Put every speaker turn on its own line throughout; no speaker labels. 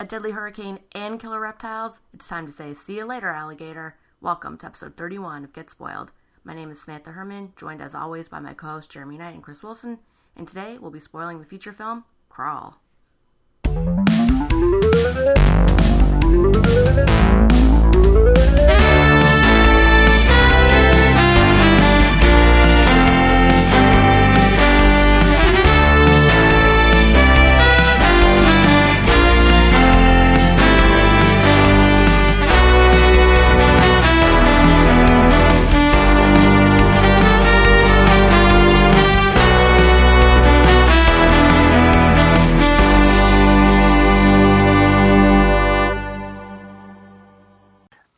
a deadly hurricane, and killer reptiles, it's time to say see you later, alligator. Welcome to episode 31 of Get Spoiled. My name is Samantha Herman, joined as always by my co hosts Jeremy Knight and Chris Wilson, and today we'll be spoiling the feature film Crawl.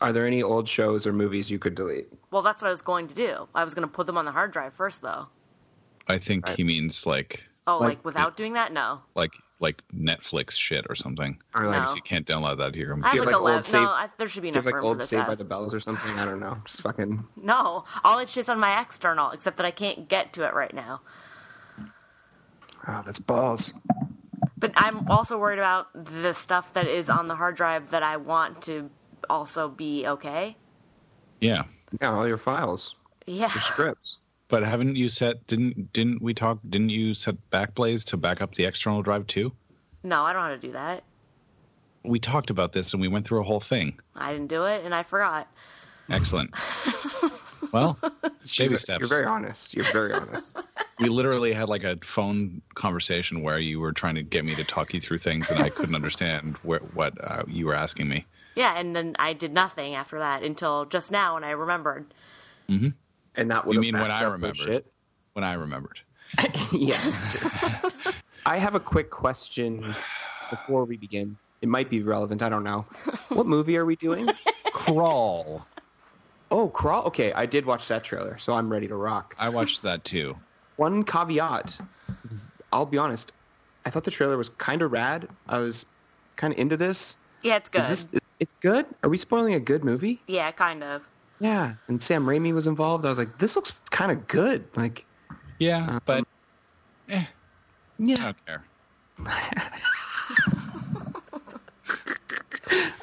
Are there any old shows or movies you could delete?
Well, that's what I was going to do. I was going to put them on the hard drive first, though.
I think
Right.
he means like
Oh,
Like-
like, without doing that? No.
like like Netflix shit or something.
Or like,
No.
You can't download that here.
I have
you
like,
have, like, old
11.
Save-
no, I, there should be
do you
enough
have like
room for
old
this.
Saved by
app.
the Bells or something? I don't know. Just fucking.
No, all it's just on my external, except that I can't get to it right now.
Oh, that's balls.
But I'm also worried about the stuff that is on the hard drive that I want to also be okay.
Yeah,
Yeah, all your files,
Yeah.
your scripts.
but haven't you set? Didn't didn't we talk? Didn't you set Backblaze to back up the external drive too?
No, I don't know how to do that.
We talked about this and we went through a whole thing.
I didn't do it and I forgot.
Excellent. well, baby
Jesus,
steps.
You're very honest. You're very honest.
we literally had like a phone conversation where you were trying to get me to talk you through things and I couldn't understand where, what uh, you were asking me.
Yeah, and then I did nothing after that until just now when I remembered.
And that would
You
have
mean when
backed
I
up
remembered?
bullshit.
When I remembered.
yeah. that's true. I have a quick question before we begin. It might be relevant. I don't know. What movie are we doing?
Crawl.
Oh, Crawl. Okay, I did watch that trailer, so I'm ready to rock.
I watched that too.
One caveat. I'll be honest. I thought the trailer was kind of rad. I was kind of into this.
Yeah, it's good.
Is this? Is, it's good. Are we spoiling a good movie?
Yeah, kind of.
Yeah. And Sam Raimi was involved. I was like, this looks kind of good. Like,
Yeah, but eh, I
yeah.
don't care.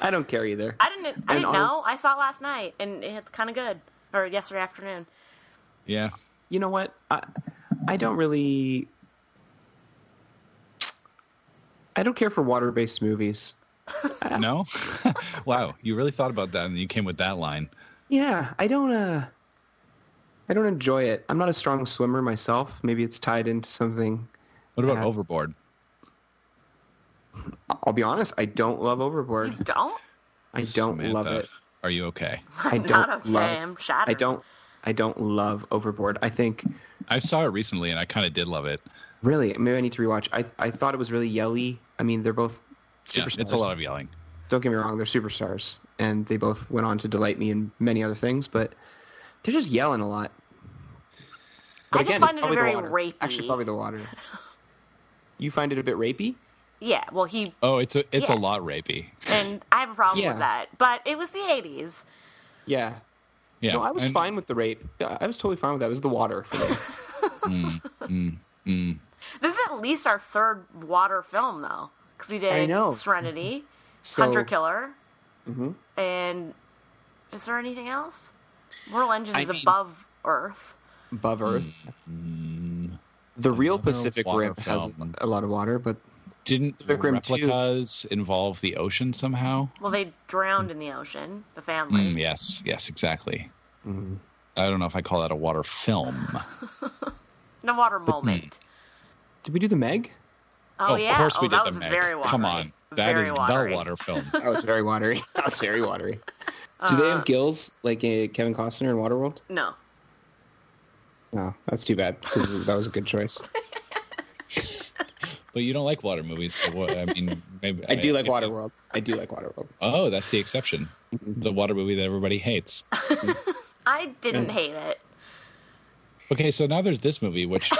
I don't care either.
I didn't I
And
didn't
I'll-
know. I saw it last night and it's kind of good. Or yesterday afternoon.
Yeah.
you know what? I, I don't really. I don't care for water-based movies. Uh,
No? wow, you really thought about that and you came with that line.
Yeah, I don't. Uh, I don't enjoy it. I'm not a strong swimmer myself. Maybe it's tied into something.
What about
Yeah.
overboard?
I'll be honest. I don't love Overboard.
Don't?
I don't love
Samantha,
it.
Are you okay?
I
I'm
don't
not okay.
love.
I'm shattered.
I don't. I don't love Overboard. I think
I saw it recently and I kind of did love it.
really. Maybe I need to rewatch. I I thought it was really yelly. I mean, they're both
Yeah,
superstars.
it's a lot of yelling.
don't get me wrong, they're superstars, and they both went on to delight me in many other things, but they're just yelling a lot.
I just find it a
probably the
very
water.
rapey.
Actually, probably the water. You find it a bit rapey?
Yeah, well he
Oh, it's a it's a
Yeah.
lot rapey.
and I have a problem
Yeah.
with that. But it was the 80s.
Yeah.
Yeah.
No, I was
and-
fine with the rape. Yeah, I was totally fine with that. It was the water. For me.
mm,
This is at least our third water film, though, because we did
I know.
Serenity,
So- mm-hmm.
Hunter Killer,
Hmm.
and is there anything else? Mortal Engines
I
is
mean-
above Earth.
Above Earth.
mm.
The real
Another
Pacific
water
Rim has
film.
a lot of water, but
Didn't
Pacific Rim two.
replicas involve the ocean somehow?
Well, they drowned in the ocean. The family.
Mm, yes, yes, exactly.
Mm-hmm.
I don't know if I call that a water film.
No water moment.
did we do the Meg?
Oh,
Mm. of
yeah.
course we
oh,
did
that
the
was
Meg.
very watery.
Come on, that is
very watery.
the water film.
That was very watery. that was very watery. Do they have gills like uh, Kevin Costner in Waterworld?
No.
No, that's too bad because that was a good choice.
But you don't like water movies, so what, I mean, maybe,
I do like
if you-
Waterworld. I do like Waterworld.
Oh, that's the exception.
Mm-hmm.
The water movie that everybody hates.
I
Mm.
didn't hate it.
Okay, so now there's this movie, which,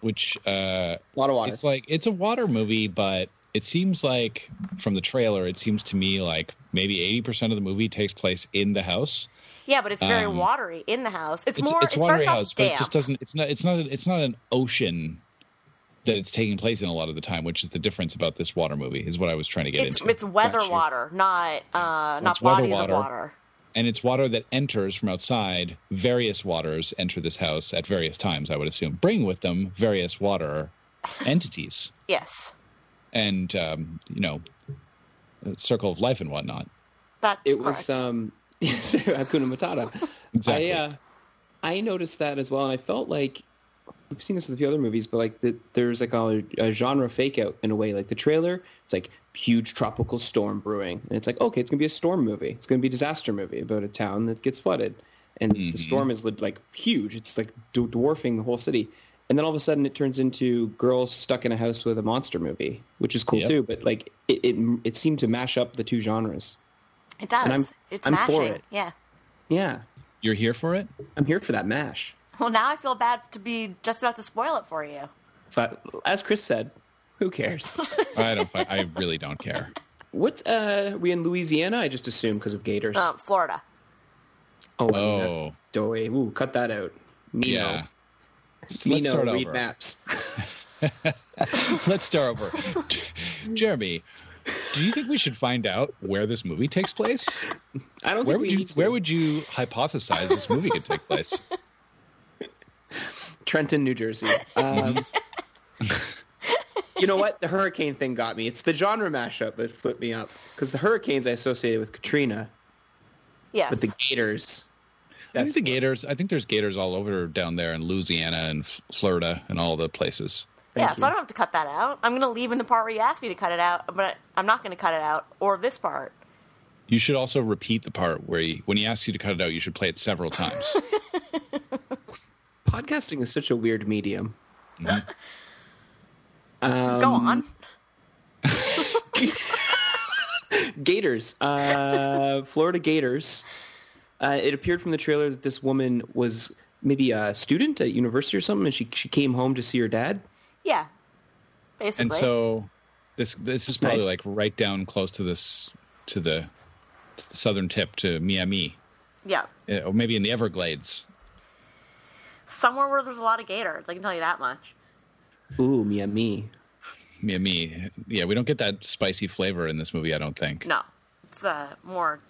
which, uh,
A lot of water.
it's like it's a water movie, but it seems like from the trailer, it seems to me like maybe eighty percent of the movie takes place in the house.
Yeah, but it's very
Um,
watery in the house. It's,
It's
more.
it's
it
watery
starts off
house, but
damp.
it just doesn't. It's not. It's not. It's not an ocean that it's taking place in a lot of the time, which is the difference about this water movie, is what I was trying to get
it's,
into.
it's weather
Gotcha.
water, not uh, not
It's weather
bodies
water.
of water.
And it's water that enters from outside. Various waters enter this house at various times, I would assume, bring with them various water entities
Yes,
and, um, you know, a circle of life and whatnot.
that's
It
correct.
was um, Hakuna Matata.
Exactly.
I, uh, I noticed that as well, and I felt like we've seen this with a few other movies, but like the, there's like a, a genre fake out in a way. Like the trailer, it's like huge tropical storm brewing, and it's like okay, it's gonna be a storm movie. It's gonna be a disaster movie about a town that gets flooded, and the
Mhm.
storm is like huge. It's like d- dwarfing the whole city, and then all of a sudden it turns into girls stuck in a house with a monster movie, which is cool
Yep.
too. But like it, it, it seemed to mash up the two genres.
it does.
and I'm-
it's
I'm for
mashing.
it.
Yeah.
Yeah,
You're here for it?
I'm here for that mash.
Well, now I feel bad to be just about to spoil it for you.
But as Chris said, who cares?
I don't. fi- I really don't care.
what uh we in Louisiana? I just assumed because of gators.
Um, Florida.
oh,
Oh,
doy. Ooh, cut that out. Nino.
yeah. Let's
Nino,
start
read
over.
maps.
Let's start over. Jeremy, do you think we should find out where this movie takes place?
I don't
Where
think we
would you
need to.
Where would you hypothesize this movie could take place?
Trenton, New Jersey. Um,
Mm-hmm.
you know what? The hurricane thing got me. It's the genre mashup that flipped me up because the hurricanes I associated with Katrina,
Yes.
but the gators.
I think
That's
the Gators. I think there's Gators all over down there in Louisiana and F- Florida and all the places.
yeah,
thank
so I
you.
don't have to cut that out. I'm going to leave in the part where you asked me to cut it out, but I'm not going to cut it out or this part.
You should also repeat the part where he, when he asks you to cut it out, you should play it several times.
podcasting is such a weird medium.
Mhm.
Um,
Go on.
Gators, uh, Florida Gators. Uh, it appeared from the trailer that this woman was maybe a student at university or something, and she she came home to see her dad.
Yeah. Basically.
and so this this is
That's nice.
probably like right down close to this to the, to the southern tip to Miami,
yeah.
eh, or maybe in the Everglades.
Somewhere where there's a lot of gators. I can tell you that much.
Ooh, me, me.
Miami. Yeah, we don't get that spicy flavor in this movie. I don't think.
No. It's uh, more.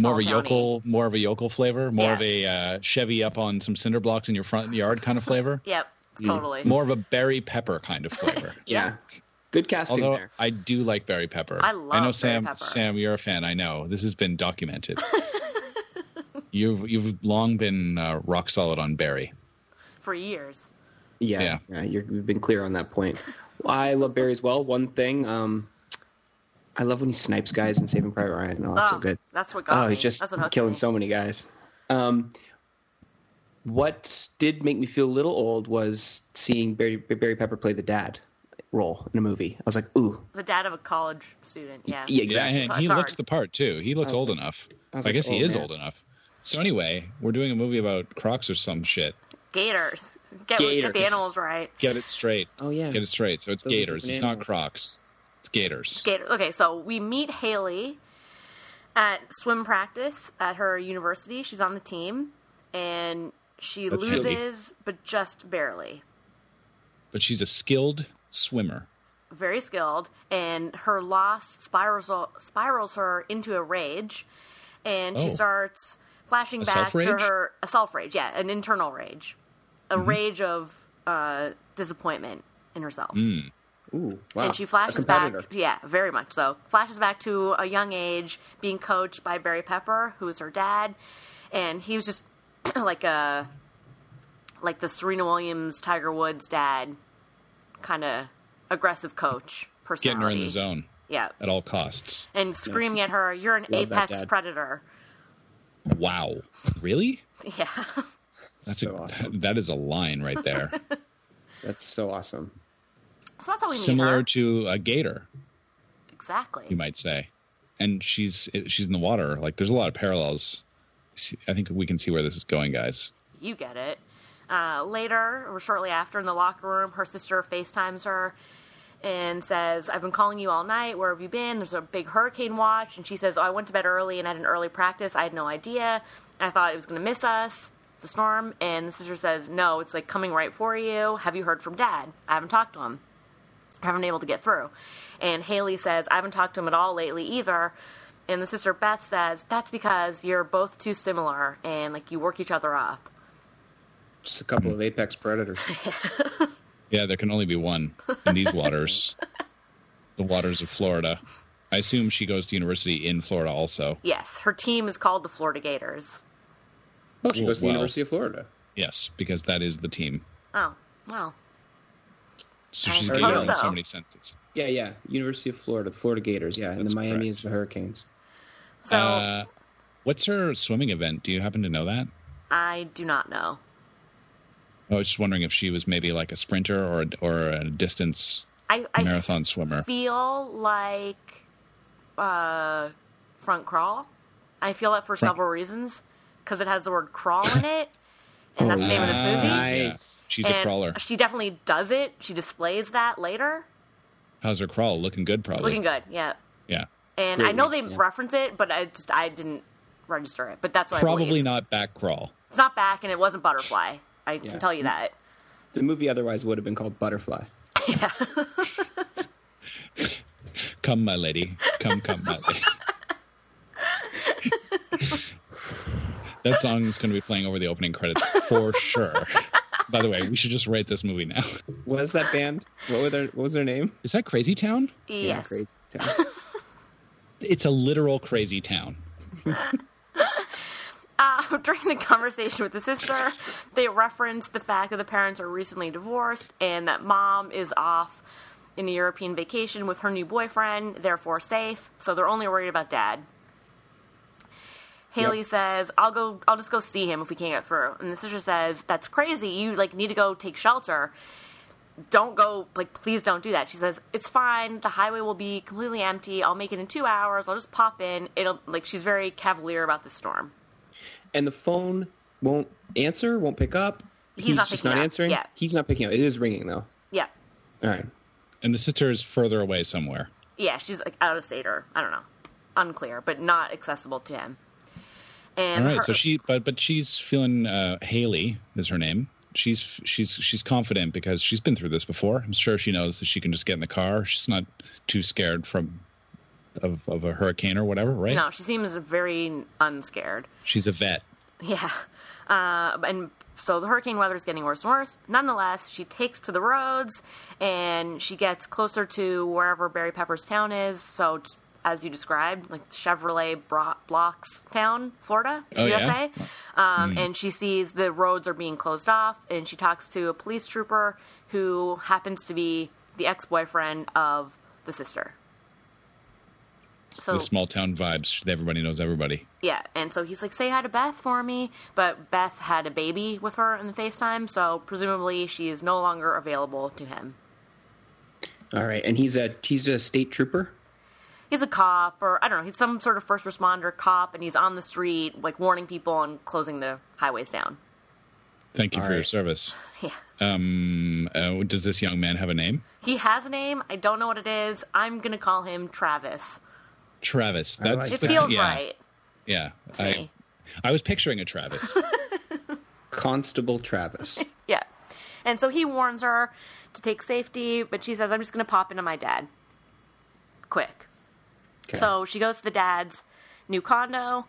more of a
small-towny.
yokel, more of a yokel flavor, more of a uh, Chevy up on some cinder blocks in your front yard kind of flavor,
Yep. Totally.
more of a berry pepper kind of flavor.
Yeah, good casting
Although
there.
I do like berry pepper.
I
I
love
know
berry
Sam.
pepper.
Sam, you're a fan. I know this has been documented. you've you've long been uh, rock solid on berry.
For years.
Yeah,
yeah.
yeah. you're, you've been clear on that point. I love Barry as well. One thing, um, I love when he snipes guys in Saving Private Ryan. Oh, that's
Oh,
so good.
That's what got
Oh,
me.
he's just
that's what hooked
killing
me.
so many guys. Um, what did make me feel a little old was seeing Barry, Barry Pepper play the dad role in a movie. I was like, ooh,
The dad of a college student. Yeah.
yeah,
Yeah,
exactly.
and he
It's
looks
hard.
the part too. He looks
I was
old
like-
enough. I,
was like,
guess he
oh,
is
man.
old enough. So anyway, we're doing a movie about Crocs or some shit.
Gators. Get, get the
Gators.
animals right.
Get it straight.
Oh yeah,
Get it straight. So it's
Those are
Gators.
different
It's not
animals.
Crocs. It's Gators.
Gator. Okay, so we meet Haley at swim practice at her university. She's on the team, and she
That's
loses,
Haley.
but just barely.
But she's a skilled swimmer.
Very skilled, and her loss spirals spirals her into a rage, and she
Oh.
starts flashing
A
back to
self-rage? Mm-hmm.
her a self rage, yeah, an internal rage, a rage of uh, disappointment in herself.
Ooh, wow.
Ah,
and she
A
flashes back.
competitor.
Yeah, very much so. Flashes back to a young age, being coached by Barry Pepper, who is her dad, and he was just like a like the Serena Williams, Tiger Woods dad, kind of aggressive coach
Getting
personality.
her in the zone
Yeah,
at all costs.
and screaming at her, "You're an
Love that
apex
dad.
predator."
Wow. Really?
Yeah,
That's
so
a,
awesome.
That is a line right there.
That's so awesome.
so that's how we meet
Similar
her.
to a gator,
exactly.
you might say. And she's she's in the water. Like there's a lot of parallels. See- I think we can see where this is going, guys.
you get it. Uh, later, or shortly after, in the locker room, her sister FaceTimes her and says, I've been calling you all night. Where have you been? There's a big hurricane watch. And she says, Oh, I went to bed early and had an early practice. I had no idea. I thought it was going to miss us, the storm. And the sister says, No, it's like coming right for you. Have you heard from dad? I haven't talked to him. haven't been able to get through. And Haley says, I haven't talked to him at all lately either. And the sister Beth says, That's because you're both too similar and like you work each other up.
Just a
Hmm.
couple of apex predators.
Yeah, there can only be one in these waters, the waters of Florida. I assume she goes to university in Florida also.
Yes, her team is called the Florida Gators.
Oh, she goes to the
Well,
University of Florida.
Yes, because that is the team.
Oh, well.
So
I
she's
suppose
gator in
so.
so many senses.
Yeah, yeah. University of Florida, the Florida Gators. Yeah, and
That's
the Miami
correct.
is the Hurricanes.
So
Uh, what's her swimming event? Do you happen to know that?
I do not know.
I was just wondering if she was maybe like a sprinter or a, or a distance
I, I
marathon swimmer.
feel like uh, front crawl. I feel that for
Front-
several reasons because it has the word crawl in it, and that's the name of this movie.
Ah, yeah.
Nice.
She's a
And
crawler.
She definitely does it. She displays that later.
How's her crawl? Looking good,
It's
probably.
looking good. Yeah.
Yeah.
And
Great
I know they
mix, yeah.
reference it, but I just I didn't register it. But that's what I
Probably
believe.
not back crawl.
It's not back, and it wasn't butterfly. I
Yeah.
can tell you that.
The movie otherwise would have been called Butterfly.
Yeah.
Come, my lady. Come, come, my lady. that song is going to be playing over the opening credits for sure. By the way, we should just rate this movie now.
What is that band? What, were their, what was their name?
Is that Crazy Town?
Yeah,
yes.
Crazy Town.
It's a literal crazy town.
Uh, during the conversation with the sister, they referenced the fact that the parents are recently divorced and that mom is off in a European vacation with her new boyfriend, therefore safe. So they're only worried about dad. Haley
Yep.
says, "I'll go. I'll just go see him if we can't get through." And the sister says, "That's crazy. You like need to go take shelter. Don't go. Like, please don't do that." She says, "It's fine. The highway will be completely empty. I'll make it in two hours. I'll just pop in. It'll like." She's very cavalier about the storm.
and the phone won't answer, won't pick up.
He's not
just
picking
not
up.
answering.
Yeah.
He's not picking up. It is ringing, though.
Yeah.
All right.
And the sister is further away somewhere.
Yeah, she's like out of state or I don't know. Unclear, but not accessible to him.
All
And
right,
her-
so she but but she's feeling uh Haley is her name. She's she's she's confident because she's been through this before. I'm sure she knows that she can just get in the car. She's not too scared from of of a hurricane or whatever, right?
no, she seems very unscared.
She's a vet.
Yeah. Uh, and so the hurricane weather is getting worse and worse. Nonetheless, she takes to the roads and she gets closer to wherever Barry Pepper's town is. So, t- as you described, like Chevrolet Bro- Blocks town, Florida,
Oh,
USA.
yeah? Hmm.
Um, And she sees the roads are being closed off and she talks to a police trooper who happens to be the ex boyfriend of the sister. So,
the small town vibes. Everybody knows everybody.
yeah, and so he's like, "Say hi to Beth for me," but Beth had a baby with her in the FaceTime, so presumably she is no longer available to him.
All right. And he's a he's a state trooper.
He's a cop, or I don't know, he's some sort of first responder cop, and he's on the street, like warning people and closing the highways down.
Thank you
All
for your
right.
service.
Yeah,
Um, uh, does this young man have a name?
he has a name. I don't know what it is. I'm gonna call him Travis.
Travis.
I
That's
It
like
the-
feels
yeah,
right
Yeah.
to
I,
me.
I was picturing a Travis.
Constable Travis.
Yeah, and so he warns her to take safety, but she says, "I'm just gonna pop into my dad, quick."
Okay.
So she goes to the dad's new condo.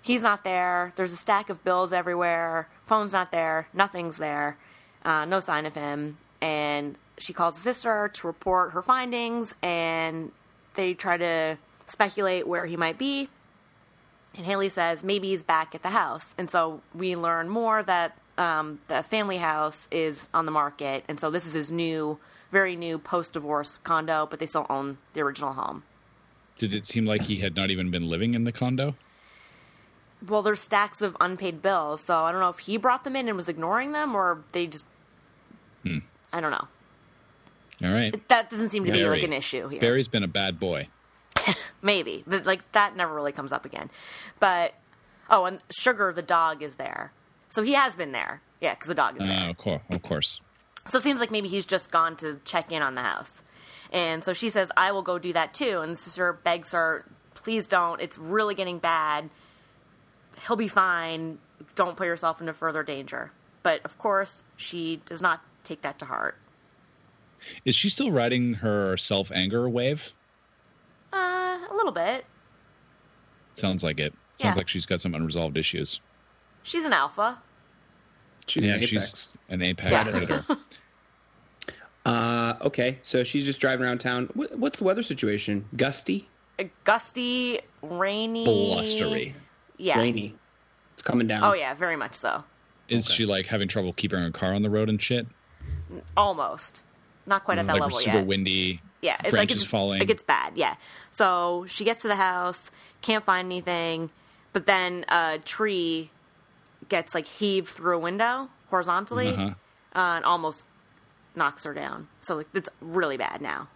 He's not there. There's a stack of bills everywhere. Phone's not there. Nothing's there. Uh, no sign of him. And she calls the sister to report her findings, and they try to speculate where he might be. And Haley says maybe he's back at the house. And so we learn more that um, the family house is on the market. And so this is his new, very new post divorce condo, but they still own the original home.
Did it seem like he had not even been living in the condo?
Well, there's stacks of unpaid bills, so I don't know if he brought them in and was ignoring them, or they just.
Hmm.
I don't know.
All right.
That doesn't seem to be
Barry.
like an issue here.
Barry's been a bad boy.
Maybe. But, like, that never really comes up again. But. Oh, and Sugar, the dog, is there. So he has been there. Yeah, because the dog is there.
Uh, of course, of course.
So it seems like maybe he's just gone to check in on the house. And so she says, I will go do that too. And the sister begs her, please don't. It's really getting bad. He'll be fine. Don't put yourself into further danger. But of course, she does not take that to heart.
Is she still riding her self anger wave?
Uh, a little bit.
Sounds like it. Sounds
Yeah.
like she's got some unresolved issues.
She's an alpha.
She's
yeah,
an apex.
she's an apex
Yeah.
predator.
Uh, okay, so she's just driving around town. Wh- What's the weather situation? Gusty,
A gusty, rainy,
Blustery.
Yeah.
rainy. It's coming down.
Oh yeah, very much so.
Is
Okay.
she like having trouble keeping her car on the road and shit?
Almost. Not quite at that
like
level
super
yet.
windy.
yeah, it's like
branches
it's
falling.
It gets bad. Yeah. So she gets to the house, can't find anything, but then a tree gets like heaved through a window horizontally
Uh-huh.
uh, and almost knocks her down. So like it's really bad now.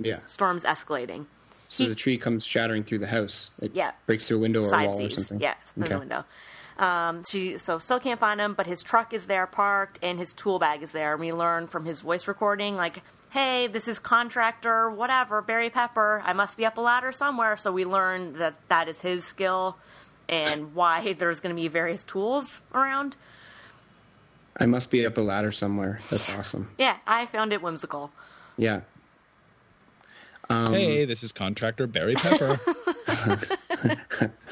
yeah.
Storm's escalating.
So the tree comes shattering through the house. It
Yeah.
breaks through a window or a
side
wall or
seats.
something.
Yes, through
Okay.
the window. Um, she so still can't find him, but his truck is there parked and his tool bag is there. We learn from his voice recording, like, "Hey, this is contractor, whatever, Barry Pepper. I must be up a ladder somewhere." So we learn that that is his skill and why there's going to be various tools around.
I must be up a ladder somewhere. That's awesome.
Yeah, I found it whimsical.
Yeah. Um,
Hey, this is contractor Barry Pepper.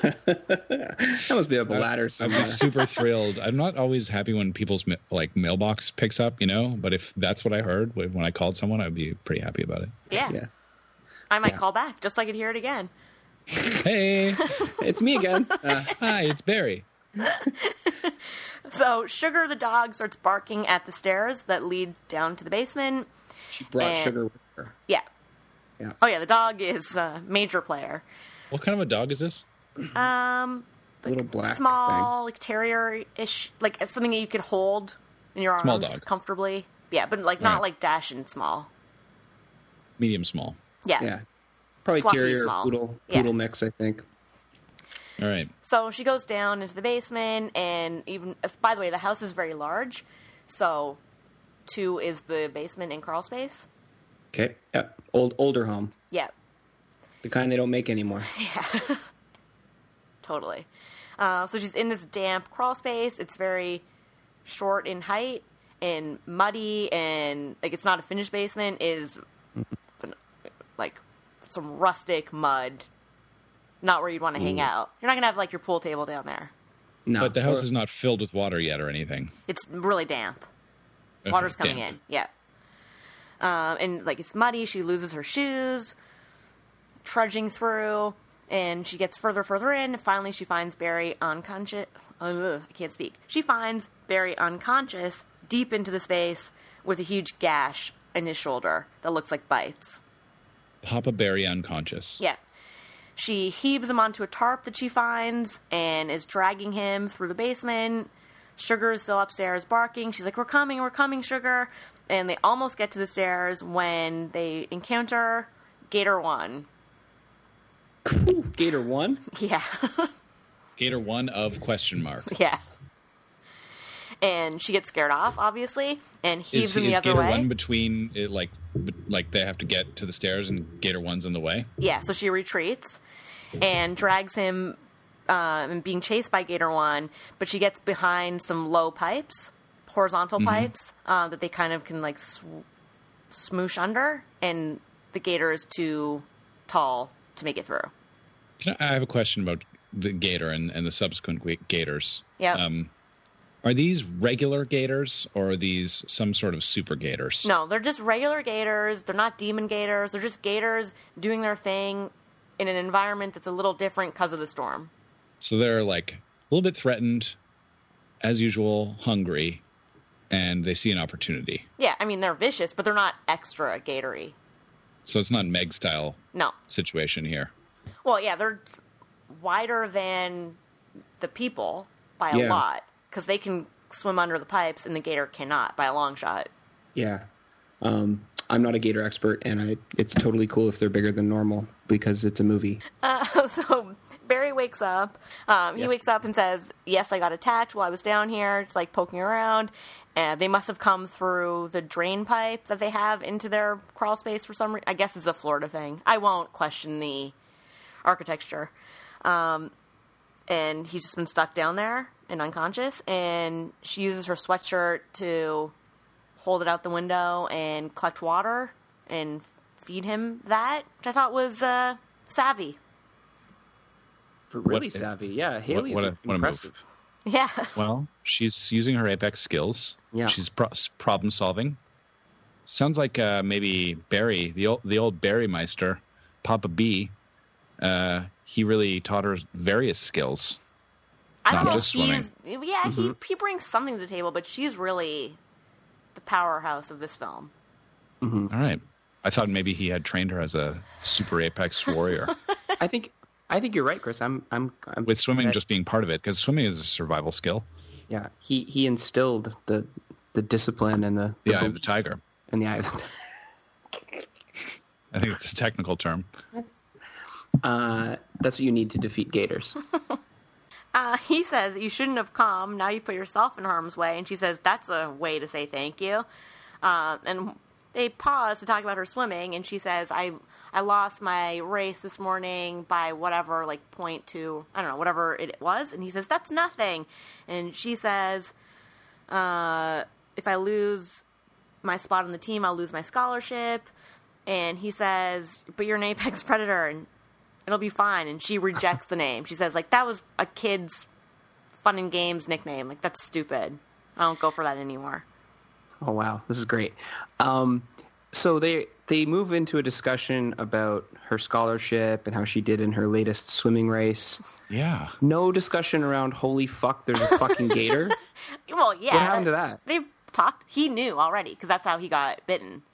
I must be up a ladder
I'd
somewhere.
be super thrilled. I'm not always happy when people's ma- like mailbox picks up, you know. But if that's what I heard when when I called someone, I'd be pretty happy about it.
Yeah,
Yeah.
I might
Yeah.
call back just so I could hear it again.
Hey,
It's me again. Uh,
hi, it's Barry.
So Sugar the dog starts barking at the stairs that lead down to the basement.
she brought
Eh.
sugar with her.
Yeah.
Yeah.
Oh yeah, the dog is a major player.
What kind of a dog is this?
Um, like
Little black
small, like terrier-ish, like it's something that you could hold in your arms
Small dog.
comfortably. Yeah, but like not
Right.
like dash and small.
Medium small.
Yeah.
Yeah. Probably
Fluffy,
terrier,
small.
poodle,
Yeah.
poodle mix, I think.
All right.
So she goes down into the basement, and even by the way, the house is very large. So two is the basement and crawl space.
Okay. Yeah. Old, older home.
Yeah,
The kind they don't make anymore.
totally. Uh, so she's in this damp crawl space. It's very short in height and muddy, and like it's not a finished basement. It is like some rustic mud, not where you'd want to hang out. You're not gonna have like your pool table down there.
No.
But the house
Or-
is not filled with water yet or anything.
It's really damp.
Okay,
Water's coming
damn.
in. Yeah. Um, and like it's muddy. She loses her shoes, trudging through, and she gets further, further in. Finally, she finds Barry unconscious. Uh, I can't speak. She finds Barry unconscious, deep into the space, with a huge gash in his shoulder that looks like bites.
Papa Barry unconscious.
Yeah. She heaves him onto a tarp that she finds and is dragging him through the basement. Sugar is still upstairs barking. She's like, We're coming, we're coming, Sugar. And they almost get to the stairs when they encounter Gator One.
Ooh, Gator one.
Yeah.
Gator one of question mark.
yeah. And she gets scared off, obviously, and heaves
Is,
him the
is
other
Gator
way.
one between it, like b- like they have to get to the stairs and Gator one's in the way?
Yeah, so she retreats and drags him, um, being chased by Gator One, but she gets behind some low pipes, horizontal pipes, uh, that they kind of can like sw- smoosh under, and the Gator is too tall to make it through.
Can I, I have a question about the Gator and, and the subsequent g- Gators.
Yep.
Um, are these regular Gators or are these some sort of super Gators?
No, they're just regular Gators. They're not demon Gators. They're just Gators doing their thing in an environment that's a little different because of the storm.
So they're like a little bit threatened, as usual, hungry, and they see an opportunity.
Yeah, I mean they're vicious, but they're not extra Gatory.
So it's not Meg style
No,
situation here.
Well, yeah, they're wider than the people by a
Yeah.
lot because they can swim under the pipes and the gator cannot by a long shot.
Yeah. Um, I'm not a gator expert, and I, it's totally cool if they're bigger than normal because it's a movie.
Uh, so Barry wakes up. Um, he
Yes.
wakes up and says, "Yes, I got attacked while I was down here, just like poking around. And they must have come through the drain pipe that they have into their crawl space for some reason. I guess it's a Florida thing. I won't question the architecture." Um, and he's just been stuck down there and unconscious. And she uses her sweatshirt to hold it out the window and collect water and feed him that, which I thought was uh, savvy.
Really
What-
savvy. Yeah, Haley's
what a- what a move.
impressive.
Yeah.
Well, she's using her apex skills.
Yeah.
She's pro- problem solving. Sounds like uh, maybe Barry, the old the old Barry Meister, Papa B. Uh, he really taught her various skills.
I don't
Not
know if
just swimming. Mm-hmm.
she's yeah, he he brings something to the table, but she's really the powerhouse of this film.
Mm-hmm.
All right. I thought maybe he had trained her as a super apex warrior,
I think I think you're right, Chris. I'm I'm, I'm
with swimming
that-
just being part of it, because swimming is a survival skill.
yeah. He he instilled the the discipline and the, the
The eye of the
belief
tiger.
in the eye of the-
I think it's a technical term.
Uh, that's what you need to defeat Gators.
Uh, he says, You shouldn't have come. Now you've put yourself in harm's way. And she says, That's a way to say thank you. Uh, and they pause to talk about her swimming. And she says, I, I lost my race this morning by whatever, like point two, I don't know, whatever it was. And he says, That's nothing. And she says, uh, If I lose my spot on the team, I'll lose my scholarship. And he says, But you're an apex predator. And it'll be fine and she rejects the name she says like that was a kid's fun and games nickname like that's stupid i don't go for that anymore
Oh wow, this is great. Um, so they they move into a discussion about her scholarship and how she did in her latest swimming race.
Yeah.
No discussion around holy fuck, there's a fucking gator.
well yeah
What happened to that?
they've talked he knew already because that's how he got bitten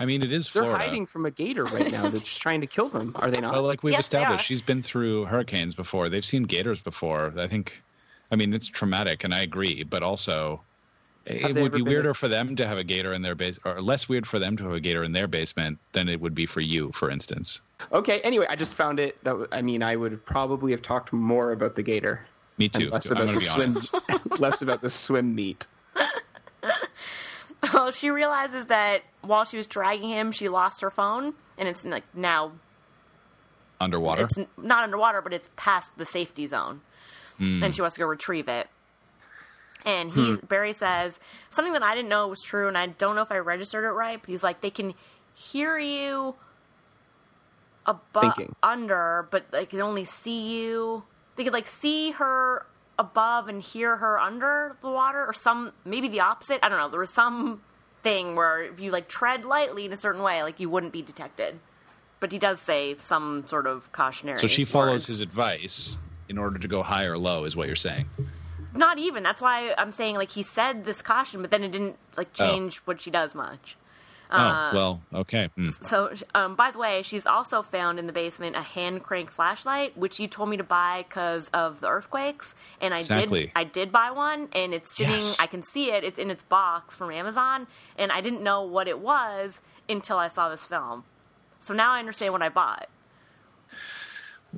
I mean, it is
They're
Florida.
hiding from a gator right now. They're just trying to kill them, are they not?
Well, uh, like we've
Yes, they
established,
are.
she's been through hurricanes before. They've seen gators before. I think, I mean, it's traumatic, and I agree. But also,
Have
it
they ever
would be
been
weirder for them to have a gator in their base, or less weird for them to have a gator in their basement than it would be for you, for instance.
okay. Anyway, I just found it. That, w- I mean, I would have probably have talked more about the gator
Me
and
too. I'm
less about
going to
the
be honest.
swim, less about the swim meet.
well she realizes that while she was dragging him she lost her phone and it's like now
Underwater.
it's n- not underwater but it's past the safety zone and she wants to go retrieve it and he barry says something that i didn't know was true and i don't know if i registered it right but he's like they can hear you above
Thinking.
under but they can only see you they could like see her above and hear her under the water or some maybe the opposite i don't know there was some thing where if you like tread lightly in a certain way like you wouldn't be detected but he does say some sort of cautionary
So she follows
words.
his advice in order to go high or low, is what you're saying.
Not even. That's why I'm saying like he said this caution, but then it didn't like change what she does much. Uh,
oh well, okay. Hmm.
So, um, by the way, she's also found in the basement a hand crank flashlight, which you told me to buy because of the earthquakes, and I did.
Exactly.
I did buy one, and it's sitting.
Yes.
I can see it. It's in its box from Amazon, and I didn't know what it was until I saw this film. So now I understand what I bought.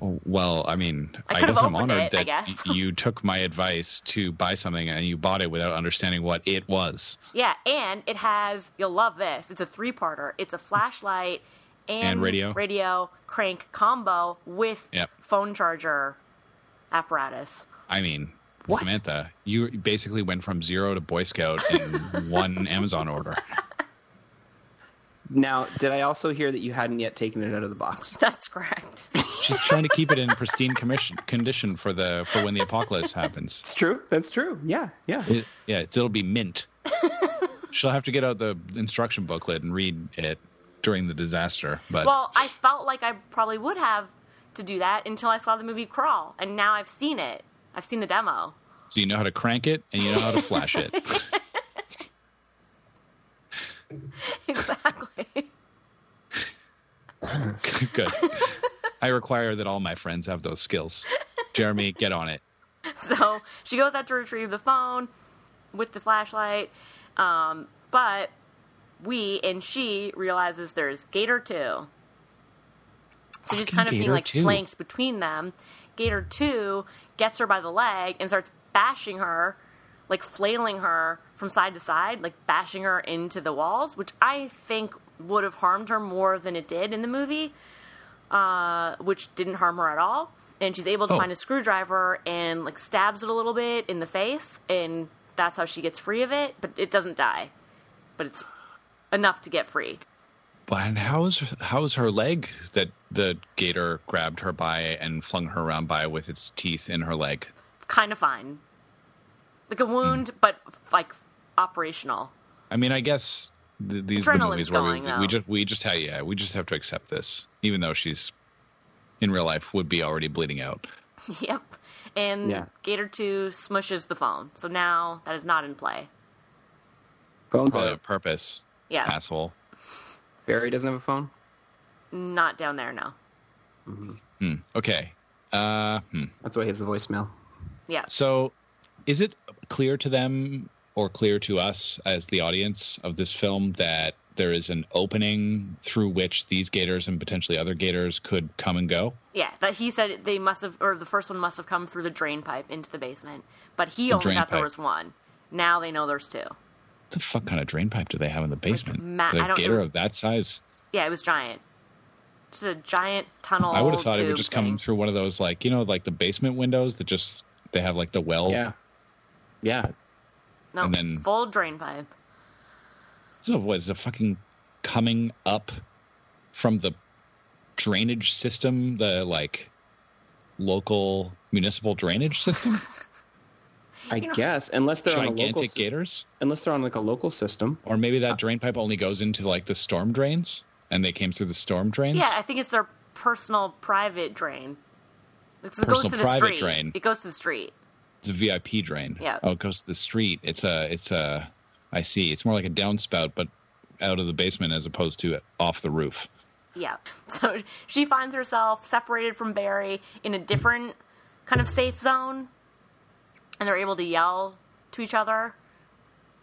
Well, I mean,
I
I,
could've
guess I'm
opened
honored
it, I
that
guess.
y- you took my advice to buy something and you bought it without understanding what it was.
Yeah, and it has you'll love this. It's a three-parter. It's a flashlight and,
And radio.
radio crank combo with
Yep.
phone charger apparatus.
I mean,
What?
Samantha, you basically went from zero to Boy Scout in one Amazon order.
Now, did I also hear that you hadn't yet taken it out of the box?
That's correct.
She's trying to keep it in pristine commission, condition for the for when the apocalypse happens.
It's true. That's true. Yeah. Yeah.
It, yeah, it's, it'll be mint. She'll have to get out the instruction booklet and read it during the disaster. But
well, I felt like I probably would have to do that until I saw the movie Crawl, and now I've seen it. I've seen the demo.
so you know how to crank it and you know how to flash it.
exactly.
Good. I require that all my friends have those skills. Jeremy, get on it.
So she goes out to retrieve the phone with the flashlight, um, but we and she realizes there's Gator Two. So just
Fucking
kind of being
Gator
like
2.
flanks between them. Gator Two gets her by the leg and starts bashing her, like flailing her from side to side, like bashing her into the walls, which I think would have harmed her more than it did in the movie which didn't harm her at all. And she's able to
Oh.
find a screwdriver and like stabs it a little bit in the face, and that's how she gets free of it. But it doesn't die. but it's enough to get free.
But and how is how is her leg that the gator grabbed her by and flung her around by with its teeth in her leg?
Kind of fine, like a wound, but like operational.
I mean, I guess th- these are the
Adrenaline's
movies where
going,
we,
though.
we just we just have yeah we just have to accept this, even though she's in real life would be already bleeding out.
yep. And
Yeah.
Gator Two smushes the phone, so now that is not in play.
Phone's
Probably on
out.
purpose,
Yeah,
asshole.
Barry doesn't have a phone.
not down there now.
Hmm. Okay. Uh, hmm.
That's why he has the voicemail.
Yeah,
So, is it clear to them or clear to us as the audience of this film that there is an opening through which these gators and potentially other gators could come and go?
yeah. That he said they must have, or the first one must have come through the drain pipe into the basement, but he
The
only
drain
thought there
pipe.
was one. Now they know there's two.
What the fuck kind of drain pipe do they have in the basement?
ma-
Is there
I
a
don't
gator
know.
of that size?
Yeah, it was giant. Just a giant tunnel.
I would have thought it would
tube
just
thing.
come through one of those, like you know, like the basement windows that just they have like the well.
Yeah. Yeah.
No,
and then-
full drain pipe.
So what is it fucking coming up from the drainage system, the like local municipal drainage system?
I
You know-
guess unless they're on a local
Gigantic
s-
gators?
unless they're on like a local system.
Or maybe
uh,
that drain pipe only goes into like the storm drains and they came through the storm drains?
Yeah, I think it's their personal private drain. It's- It goes
Personal
to the
private
street.
drain.
It goes to the street.
It's a VIP drain.
Yeah.
Oh, it goes to the street. It's a it's a I see. It's more like a downspout, but out of the basement as opposed to off the roof.
Yeah. So she finds herself separated from Barry in a different kind of safe zone, and they're able to yell to each other.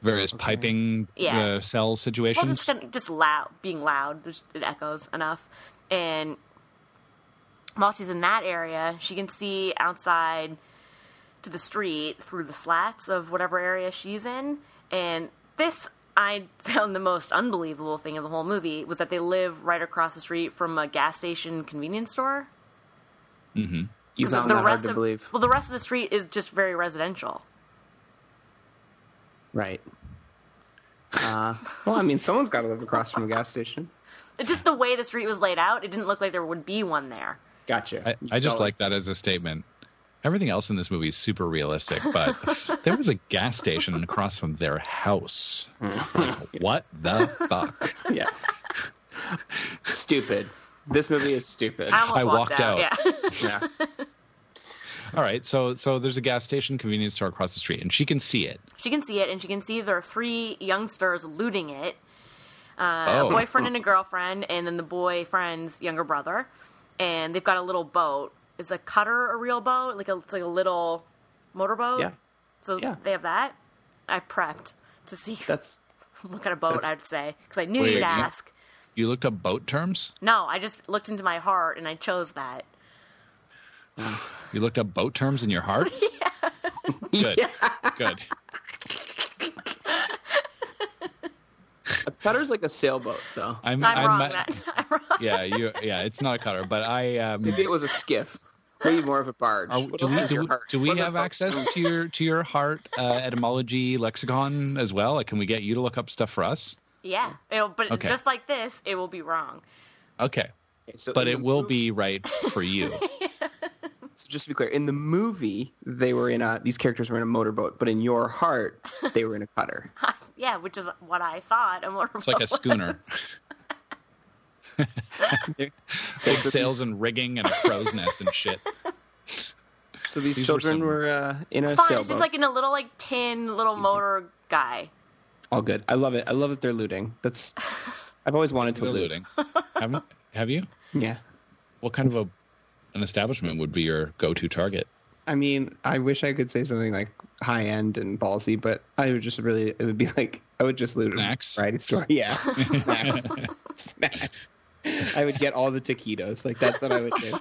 Various piping
Oh, Yeah.
uh, cell
Well,
situations.
just kind of- just loud, being loud. there's- It echoes enough, and while she's in that area, she can see outside to the street through the slats of whatever area she's in. And this I found the most unbelievable thing of the whole movie was that they live right across the street from a gas station convenience store.
You
Because
found that hard to
of,
believe,
Well, the rest of the street is just very residential.
right? Uh, well, I mean, someone's got to live across from a gas station.
It- Just the way the street was laid out, it didn't look like there would be one there.
Gotcha.
I, I just
Don't-
like that as a statement. Everything else in this movie is super realistic, but there was a gas station across from their house.
Hmm.
Like, what the fuck?
yeah. stupid. This movie is stupid.
I almost
I
walked
walked
out.
out.
Yeah.
Yeah.
All right, so so there's a gas station convenience store across the street, and she can see it.
She can see it, and she can see there are three youngsters looting it
oh,
a boyfriend and a girlfriend, and then the boyfriend's younger brother. And they've got a little boat. Is a cutter a real boat? Like a, it's like a little motorboat?
Yeah.
So
Yeah.
they have that. I prepped to see
That's
what kind of boat
that's-
I'd say, because I knew
Wait,
you'd
you-
ask.
you looked up boat terms.
No, I just looked into my heart and I chose that.
You looked up boat terms in your heart. Good, good.
a cutter's like a sailboat, though.
I'm,
I'm wrong.
ma-
that, I'm wrong.
yeah, you, yeah. It's not a cutter, but I. Um,
Maybe it was a skiff. Maybe more of a barge.
Are,
What
do
else
we,
is your
do, we-
heart?
do we
What the
have
fuck?
access to your to your heart uh, etymology lexicon as well? Like, can we get you to look up stuff for us?
Yeah. It'll, but
Okay.
just like this, it will be wrong.
Okay,
Okay, so
but
in
it
the
will
movie-
be right for you.
So just to be clear, in the movie, they were in a these characters were in a motorboat, but in your heart, they were in a cutter.
Yeah, which is what I thought. A motorboat
It's like a schooner. Big sails and rigging and a crow's nest and shit.
So these,
These were
children
some-
were, uh, in a
fun.
sailboat.
It's just like in a little like tin little motor guy.
All good. I love it. I love that they're looting. That's I've always wanted to
Still
loot.
looting. Haven't, have you?
Yeah.
What kind of a an establishment would be your go-to target?
I mean, I wish I could say something like high end and ballsy, but I would just really it would be like I would just loot
Snacks?
a variety store. Yeah. Snacks. Snacks. I would get all the taquitos. Like that's what I would do.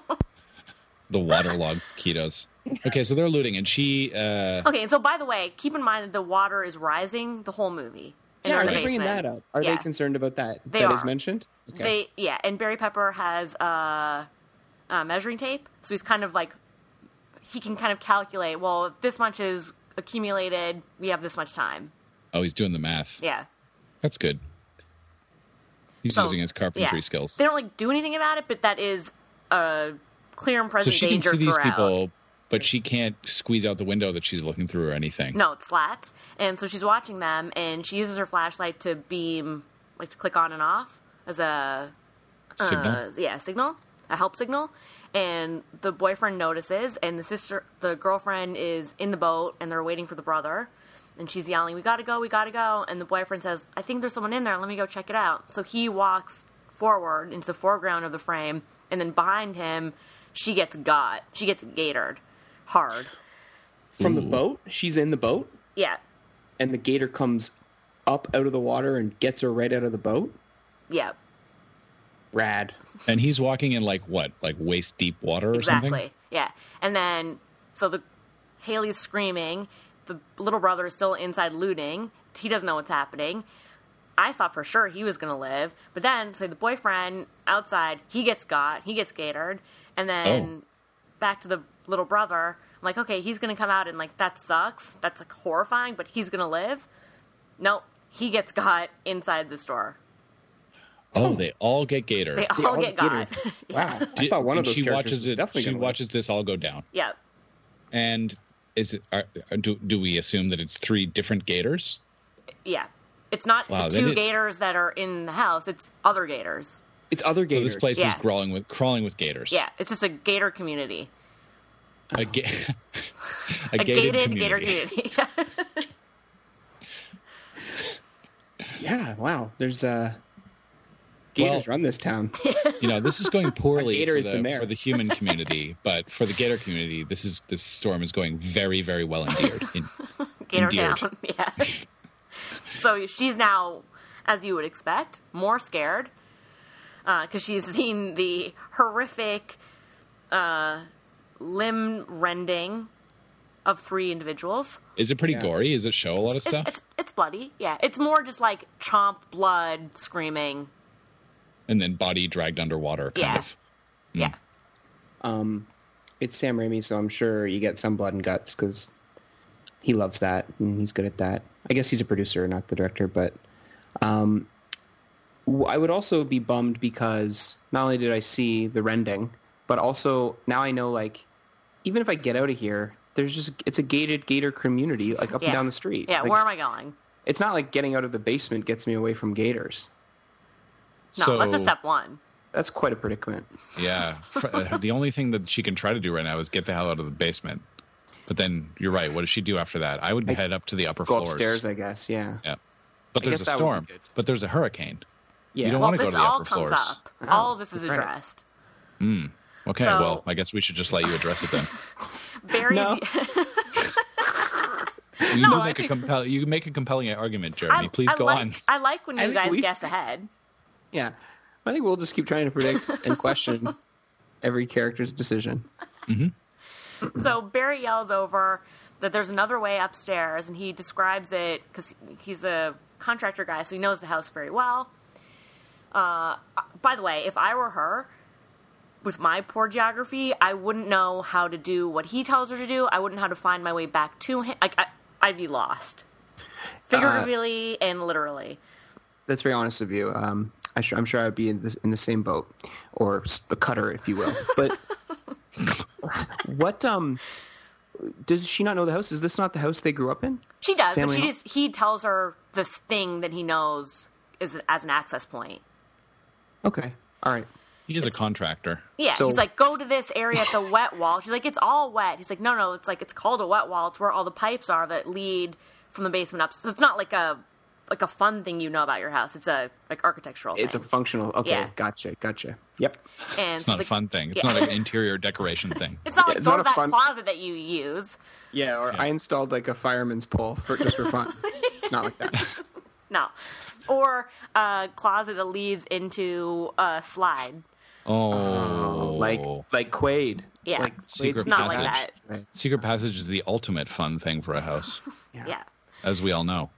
The waterlogged ketos. Okay, so they're looting, and she. Uh,
Okay, and so by the way, keep in mind that the water is rising the whole movie. And they're
yeah, are
in
they
the
bringing
basement.
that up? Are
Yeah.
they concerned about that?
They
That is
are.
mentioned.
They yeah, and Barry Pepper has a, uh measuring tape, so he's kind of like he can kind of calculate. Well, if this much is accumulated. We have this much time.
oh, he's doing the math.
Yeah,
That's good. He's
So,
using his carpentry
yeah.
skills.
They don't like do anything about it, but that is a clear and
So
present
she can
danger
see these
throughout.
people, but she can't squeeze out the window that she's looking through or anything.
No, it's slats. And so she's watching them, and she uses her flashlight to beam, like to click on and off as a
Signal.
uh, yeah signal, a help signal. And the boyfriend notices, and the sister, the girlfriend is in the boat, and they're waiting for the brother. And she's yelling, "We gotta go, we gotta go!" And the boyfriend says, "I think there's someone in there. Let me go check it out." So he walks forward into the foreground of the frame, and then behind him, she gets got. She gets gaitored hard.
From the
Ooh.
boat, she's in the boat,
Yeah,
and the gator comes up out of the water and gets her right out of the boat.
yeah.
Rad.
And he's walking in like what? Like waist deep water or
Exactly.
something?
Yeah. And then so the Haley's screaming, the little brother is still inside looting. He doesn't know what's happening. I thought for sure he was going to live, but then say the boyfriend outside, he gets got, he gets gatored, and then back to the little brother. I'm like, okay, he's going to come out and like that sucks. That's like horrifying, but he's going to live. Nope. He gets got inside the store.
Oh, they all get gator.
They all Oh, get got.
Wow. I thought one of those
she
characters
watches
was
it.
definitely
she
gonna
watches this all go down.
yeah.
And is it? Are, do do we assume that it's three different gators?
Yeah. It's not
Wow,
the
that
two
is-
gators that are in the house, it's other gators.
win. It's other
So
gators.
this place
Yeah.
is crawling with crawling with gators.
Yeah, it's just a gator community.
a, ga- a,
A,
gated,
gated, gator community.
Yeah. Wow. There's uh, gators
Well-
run this town.
You know, this is going poorly
A gator
for,
is the
the,
mayor.
for the human community, but for the gator community, this is this storm is going very very well endeared. In,
gator
Endeared.
town. Yeah. so she's now, as you would expect, more scared because she's seen the horrific uh, limb rending of three individuals.
is it pretty
Yeah.
gory? Does it show a lot of
It's,
stuff?
it's it's bloody. Yeah, it's more just like chomp, blood, screaming.
and then body dragged underwater, kind
Yeah.
of. Hmm.
Yeah.
Um, it's Sam Raimi, so I'm sure you get some blood and guts because he loves that and he's good at that. I guess he's a producer, not the director, but um, w- I would also be bummed because not only did I see the rending, but also now I know like even if I get out of here, there's just it's a gated gator community like up
Yeah.
and down the street.
Yeah,
Like,
where am I going?
It's not like getting out of the basement gets me away from gators.
No,
so
that's just step one.
That's quite a predicament.
Yeah. Fr- uh, the only thing that she can try to do right now is get the hell out of the basement. But then you're right. What does she do after that? I would
I-
head up to the upper
Go
floors.
upstairs, I guess. Yeah.
but
I guess
there's a
that would be
storm.
good.
But there's a hurricane.
Yeah.
don't
Well,
wanna go
this
to the
all
upper
comes
floors.
up. all
Oh,
of this is
that's right.
addressed.
Okay.
So-
well, I guess we should just let you address it then.
Barry's.
No.
You
No,
do
I
make a
think-
compel- You make a compelling argument, Jeremy. Please go
like,
on.
I like when
I
you
think
guys
we-
guess ahead.
Yeah. I think we'll just keep trying to predict and question every character's decision.
So Barry yells over that there's another way upstairs, and he describes it because he's a contractor guy, so he knows the house very well. Uh, by the way, if I were her, with my poor geography, I wouldn't know how to do what he tells her to do. I wouldn't know how to find my way back to him. Like I, I'd be lost,
Uh,
figuratively and literally.
That's very honest of you. Um, I am sure I'd be in, this, in the same boat, or s- a cutter, if you will. But what um, does she not know the house? Is this not the house they grew up in?
She does, but
Family
she
home-
just he tells her this thing that he knows is as an access point.
Okay, all right.
He is a contractor.
Yeah,
So-
he's like, go to this area at the wet wall. She's like, it's all wet. He's like, no, no, it's like it's called a wet wall. It's where all the pipes are that lead from the basement up. So it's not like a like a fun thing you know about your house. It's a like architectural.
It's a
thing.
functional. Okay,
Yeah.
gotcha, gotcha. Yep.
and
It's
she's
not a
like-
fun thing. It's
yeah.
not an interior decoration thing.
It's not like
It's
go to
not a
that
fun-
closet that you use.
Yeah, or I installed like a fireman's pole for just for fun. it's not like that.
No, or a closet that leads into a slide.
Oh,
Oh, like like Quaid.
Yeah.
like Quaid's
Secret
It's not like
passage.
that.
Right.
secret passage is the ultimate fun thing for a house,
Yeah.
as we all know.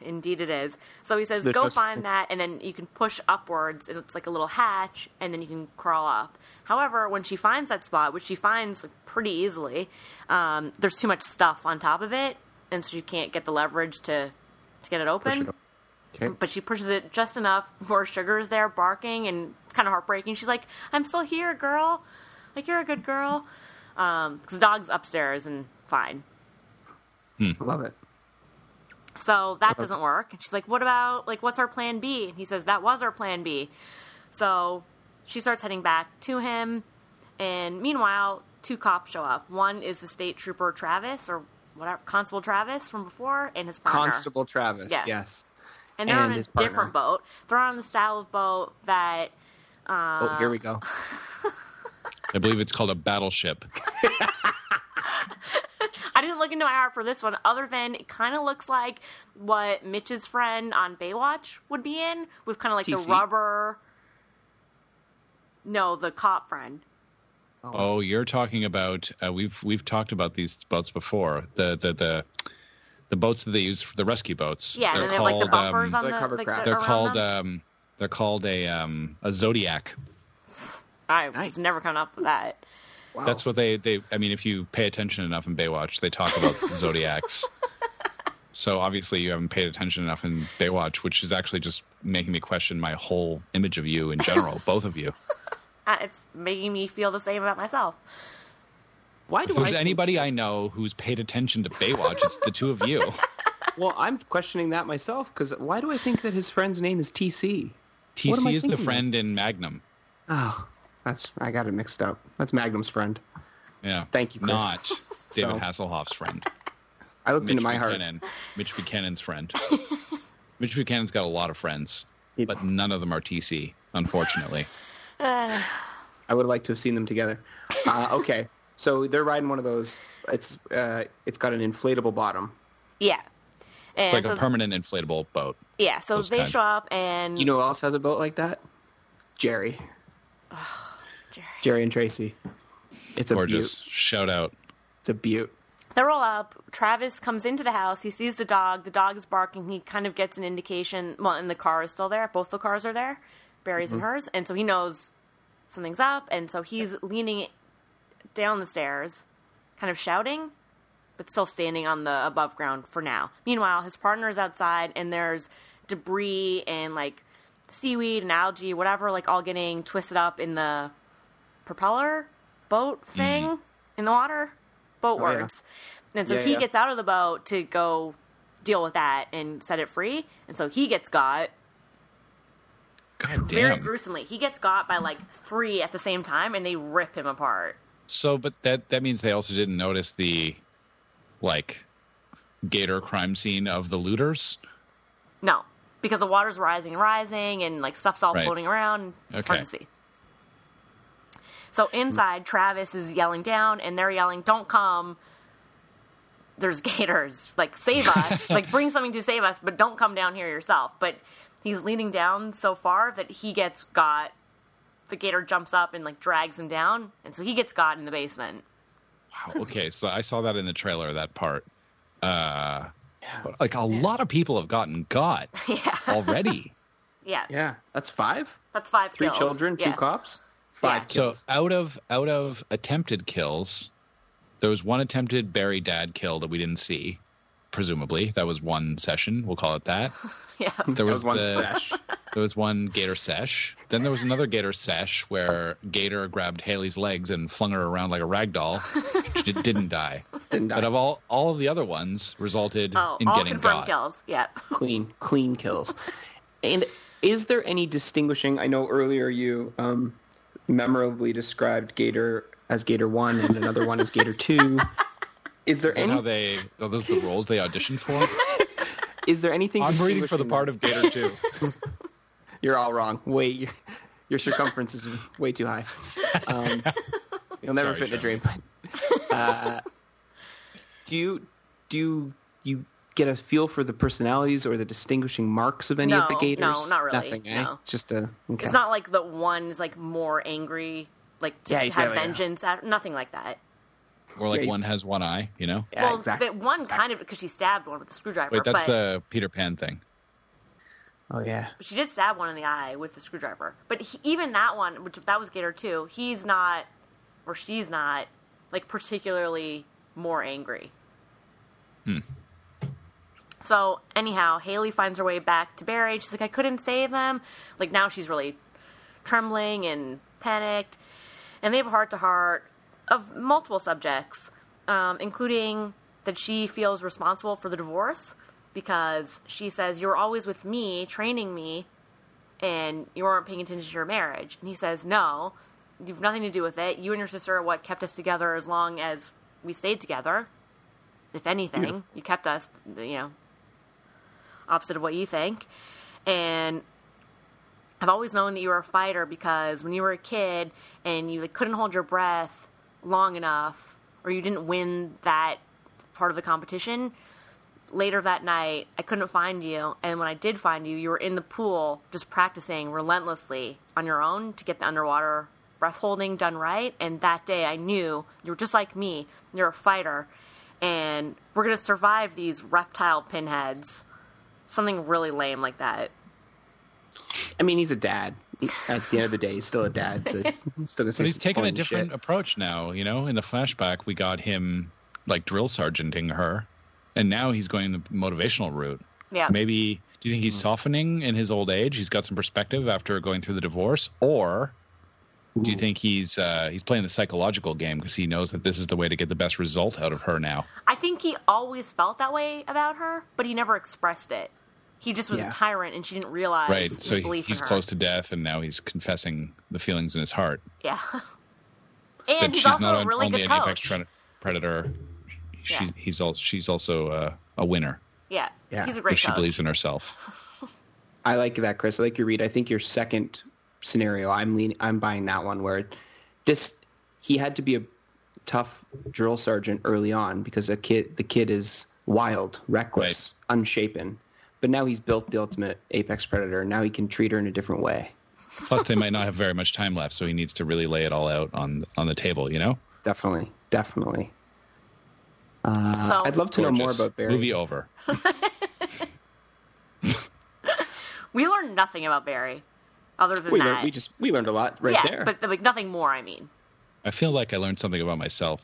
Indeed, it is. So he says,
So there's
"Go
no
find
stick.
that, and then you can push upwards, and it's like a little hatch, and then you can crawl up." However, when she finds that spot, which she finds like, pretty easily, um, there's too much stuff on top of it, and so she can't get the leverage to to get it open.
Push it up. Okay.
but she pushes it just enough where Sugar is there barking and it's kind of heartbreaking. She's like, "I'm still here, girl. Like you're a good girl." Um, 'cause the dog's upstairs and fine,
Mm-hmm.
I love it.
so that doesn't work. And she's like, "What about like what's our plan B?" And he says, "That was our plan B." So she starts heading back to him, and meanwhile, two cops show up. One is the state trooper Travis or whatever Constable Travis from before, and his partner.
Constable Travis.
Yeah.
Yes.
and they're
and
on a
his partner.
different boat. They're on the style of boat that
Oh, here we go.
I believe it's called a battleship.
I didn't look into my art for this one, other than it kind of looks like what Mitch's friend on Baywatch would be in, with kind of like
TC?
the rubber. No, the cop friend.
Oh, you're talking about uh, we've we've talked about these boats before. The the the the boats that they use for the rescue boats.
Yeah, and then they have like the
called, um,
bumpers on
They're
the.
cover
like,
craft.
the-
They're
around
called
Them.
um, they're called a um, a zodiac. uh,
I
Nice.
was never coming up with that.
Wow.
That's what they they. I mean, if you pay attention enough in Baywatch, they talk about zodiacs. So obviously, you haven't paid attention enough in Baywatch, which is actually just making me question my whole image of you in general, both of you.
Uh, It's making me feel the same about myself.
Why do
If there's
I think-
anybody I know who's paid attention to Baywatch, it's the two of you.
Well, I'm questioning that myself because why do I think that his friend's name is TC? What am I
TC is the
thinking of?
friend in Magnum.
Oh, that's I got it mixed up. That's Magnum's friend.
Yeah.
Thank you, Chris.
Not David
So-
Hasselhoff's friend.
I looked
Mitch
into my heart.
Buchanan. Mitch Buchanan's friend. Mitch Buchanan's got a lot of friends,
He-
but none of them are TC, unfortunately.
I would like to have seen them together. Uh, okay, so they're riding one of those. It's uh, it's got an inflatable bottom.
Yeah. And
It's like a
so-
permanent inflatable boat.
yeah, so
those
they
kind.
show up and
You know who else has a boat like that? Jerry,
Jerry.
Jerry and Tracy. It's a
Gorgeous. Shout out.
Butte. It's a butte.
They're all up. Travis comes into the house. He sees the dog. The dog is barking. He kind of gets an indication. Well, and the car is still there. Both the cars are there, Barry's
Mm-hmm.
and hers. And so he knows something's up. And so he's leaning down the stairs, kind of shouting, but still standing on the above ground for now. Meanwhile, his partner is outside, and there's debris and like seaweed and algae, whatever, like all getting twisted up in the propeller boat thing in the water. Boat
Mm-hmm. Oh, yeah.
works. And so
Yeah,
he
yeah.
gets out of the boat to go deal with that and set it free. And so he gets got
God
very
damn.
gruesomely. He gets got by like three at the same time, and they rip him apart.
So, but that that means they also didn't notice the, like, gator crime scene of the looters.
No, because the water's rising and rising, and like stuff's all
Right.
floating around. It's hard
Okay.
to see. So inside, Travis is yelling down, and they're yelling, "Don't come." There's gators. Like save us. like bring something to save us, but don't come down here yourself. But he's leaning down so far that he gets got. The gator jumps up and like drags him down, and so he gets got in the basement.
Wow. Okay. So I saw that in the trailer. That part. Uh, but, like a lot of people have gotten got already.
Yeah,
Yeah, that's five.
that's five.
Three
kills.
children, two
Yeah.
cops, five
Yeah.
So
kids.
out of out of attempted kills, there was one attempted Barry Dad kill that we didn't see. Presumably, that was one session. We'll call it that.
Yeah,
There
that
was,
was one
the-
sesh.
There was one Gator sesh. Then there was another Gator sesh where Gator grabbed Haley's legs and flung her around like a rag doll. She di- didn't die.
Didn't
But
die.
of all all of the other ones, resulted
oh,
in
all
getting
confirmed
got.
kills. Yep.
clean, clean kills. And is there any distinguishing? I know earlier you um, memorably described Gator as Gator One and another one as Gator Two. Is there
Is that
any?
how they? Are those the roles they auditioned for?
is there anything?
I'm reading for the
distinguishing
part
them?
of Gator Two.
You're all wrong. Wait, your, your circumference is way too high. Um, you'll never
Sorry,
fit in a dream. Uh, do you do you, you get a feel for the personalities or the distinguishing marks of any of the
No, no,
Gators?
not really,
Nothing. eh?
no.
It's just a. Okay.
It's not like the one is like more angry, like to
Yeah, he's
have
got, yeah.
vengeance. At, nothing like that.
Or like
Yeah,
one
he's-
has one eye. You know.
Yeah,
well,
exactly.
that one kind of because she stabbed one with the screwdriver.
Wait, that's
but
the Peter Pan thing.
Oh yeah.
but she did stab one in the eye with the screwdriver. But he, even that one, which that was Gator too, he's not or she's not
Hmm.
like particularly more angry. So anyhow, Haley finds her way back to Barry. She's like, I couldn't save him. Like now she's really trembling and panicked. And they have a heart to heart of multiple subjects, um, including that she feels responsible for the divorce because she says, You were always with me, training me, and you weren't paying attention to your marriage. And he says, No, you've nothing to do with it. You and your sister are what kept us together as long as we stayed together. If anything, you kept us, you know, opposite of what you think. And I've always known that you were a fighter because when you were a kid and you like, couldn't hold your breath long enough, or you didn't win that part of the competition, later that night I couldn't find you, and when I did find you, you were in the pool just practicing relentlessly on your own to get the underwater breath holding done right. And that day I knew you were just like me. You're a fighter, and we're gonna survive these reptile pinheads. Something really lame like that.
I mean, he's a dad. At the end of the day, he's still a dad. So he's still gonna say
But he's
some
taking a
corny
different
shit.
approach now. You know, in the flashback, we got him like drill sergeanting her, and now he's going the motivational route.
Yeah.
Maybe do you think he's softening in his old age? He's got some perspective after going through the divorce, or do you
Ooh.
think he's uh, he's playing the psychological game because he knows that this is the way to get the best result out of her now?
I think he always felt that way about her, but he never expressed it. He just was
Yeah.
a tyrant, and she didn't realize
Right.
his
So he-
belief
he's
in her.
close to death, and now he's confessing the feelings in his heart
Yeah. And
that
he's
she's
also
not
a
on-
really
only
good
an
coach.
apex tre- predator. She,
Yeah.
he's also she's also uh, a winner
yeah.
Yeah.
He's a
if
great
she
coach.
believes in herself.
I like that, Chris. I like your read. I think your second scenario, I'm leaning, I'm buying that one where this he had to be a tough drill sergeant early on because a kid the kid is wild, reckless, unshapen. But now he's built the ultimate apex predator. Now he can treat her in a different way.
Plus, they might not have very much time left, so he needs to really lay it all out on on the table. You know,
Definitely, definitely. Uh,
So-
I'd love to know more
Gorgeous.
about Barry.
Movie over.
We learned nothing about Barry other than
we,
that.
learned, we just we learned a lot right
yeah,
there.
but like nothing more, I mean.
I feel like I learned something about myself.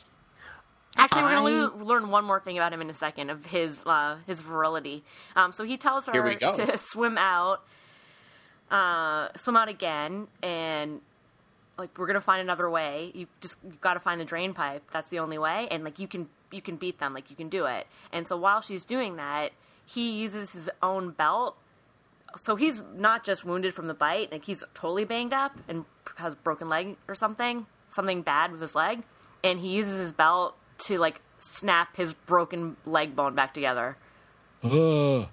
Actually, we're
I-
going to learn one more thing about him in a second of his uh, his virility. Um, so he tells
Here
her
we go.
to swim out, uh, swim out again, and like we're going to find another way. You just you've got to find the drain pipe. That's the only way, and like you can you can beat them. Like you can do it. And so while she's doing that, he uses his own belt. So he's not just wounded from the bite; like he's totally banged up and has broken leg or something, something bad with his leg. And he uses his belt to like snap his broken leg bone back together
Oh,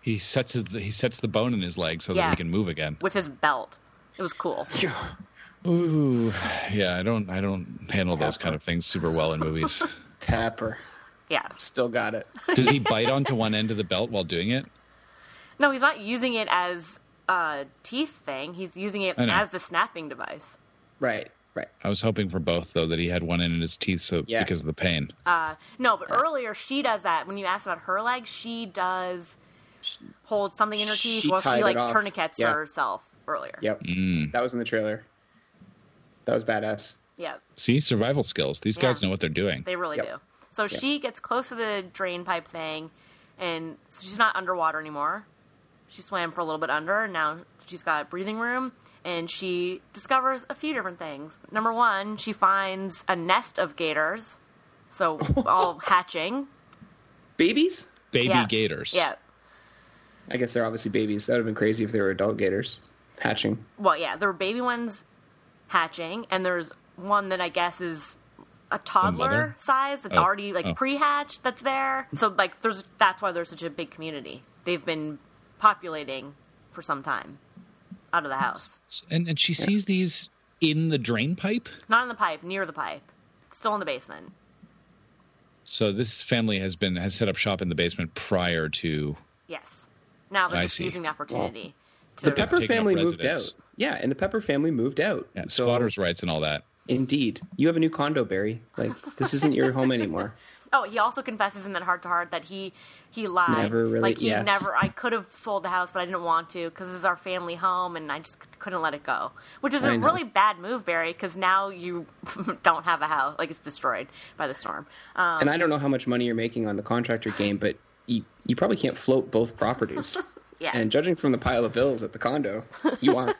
he sets his, he sets the bone in his leg so
Yeah.
that we can move again.
with his belt. It was cool.
Ooh, yeah. I don't I don't handle those kind of things super well in movies.
Pepper
Yeah.
still got it.
Does he bite onto one end of the belt while doing it?
No, he's not using it as a teeth thing. He's using it
I know.
as the snapping device.
Right, right.
I was hoping for both though that he had one end in his teeth so
Yeah.
because of the pain.
Uh, No, but earlier she does that. When you asked about her leg, she does hold something in her
She
teeth while
tied
she
it
like
off.
tourniquets
Yeah.
herself earlier.
Yep. That was in the trailer. That was badass.
Yeah,
See, survival skills. These guys
Yeah.
know what they're doing.
they really
Yep.
do. So she gets close to the drain pipe thing, and so she's not underwater anymore. She swam for a little bit under, and now she's got breathing room. And she discovers a few different things. Number one, she finds a nest of gators, so all hatching.
Babies?
Baby
Yeah.
gators.
Yeah,
I guess they're obviously babies. That would have been crazy if they were adult gators hatching.
well, yeah, there were baby ones hatching, and there's one that I guess is a toddler
mother?
size that's
Oh.
already like
Oh.
pre-hatched that's there. So like, there's that's why there's such a big community. They've been populating for some time out of the house,
And and she sees these in the drain pipe.
not in the pipe, near the pipe, still in the basement.
So this family has been has set up shop in the basement prior to
Yes, now they're
I
just
see.
using the opportunity
The
to
Pepper
taking up
family moved out.
residence.
Yeah, and the Pepper family moved out.
yeah, squatters' rights and all that.
Indeed. You have a new condo, Barry. Like, this isn't your home anymore.
Oh, he also confesses in that heart to heart that he he lied.
Never really-
like he
yes.
never. I could have sold the house, but I didn't want to because this is our family home, and I just c- couldn't let it go. Which is a
I know.
really bad move, Barry, because now you don't have a house. Like it's destroyed by the storm. Um,
And I don't know how much money you're making on the contractor game, but you, you probably can't float both properties.
Yeah.
And judging from the pile of bills at the condo, you aren't.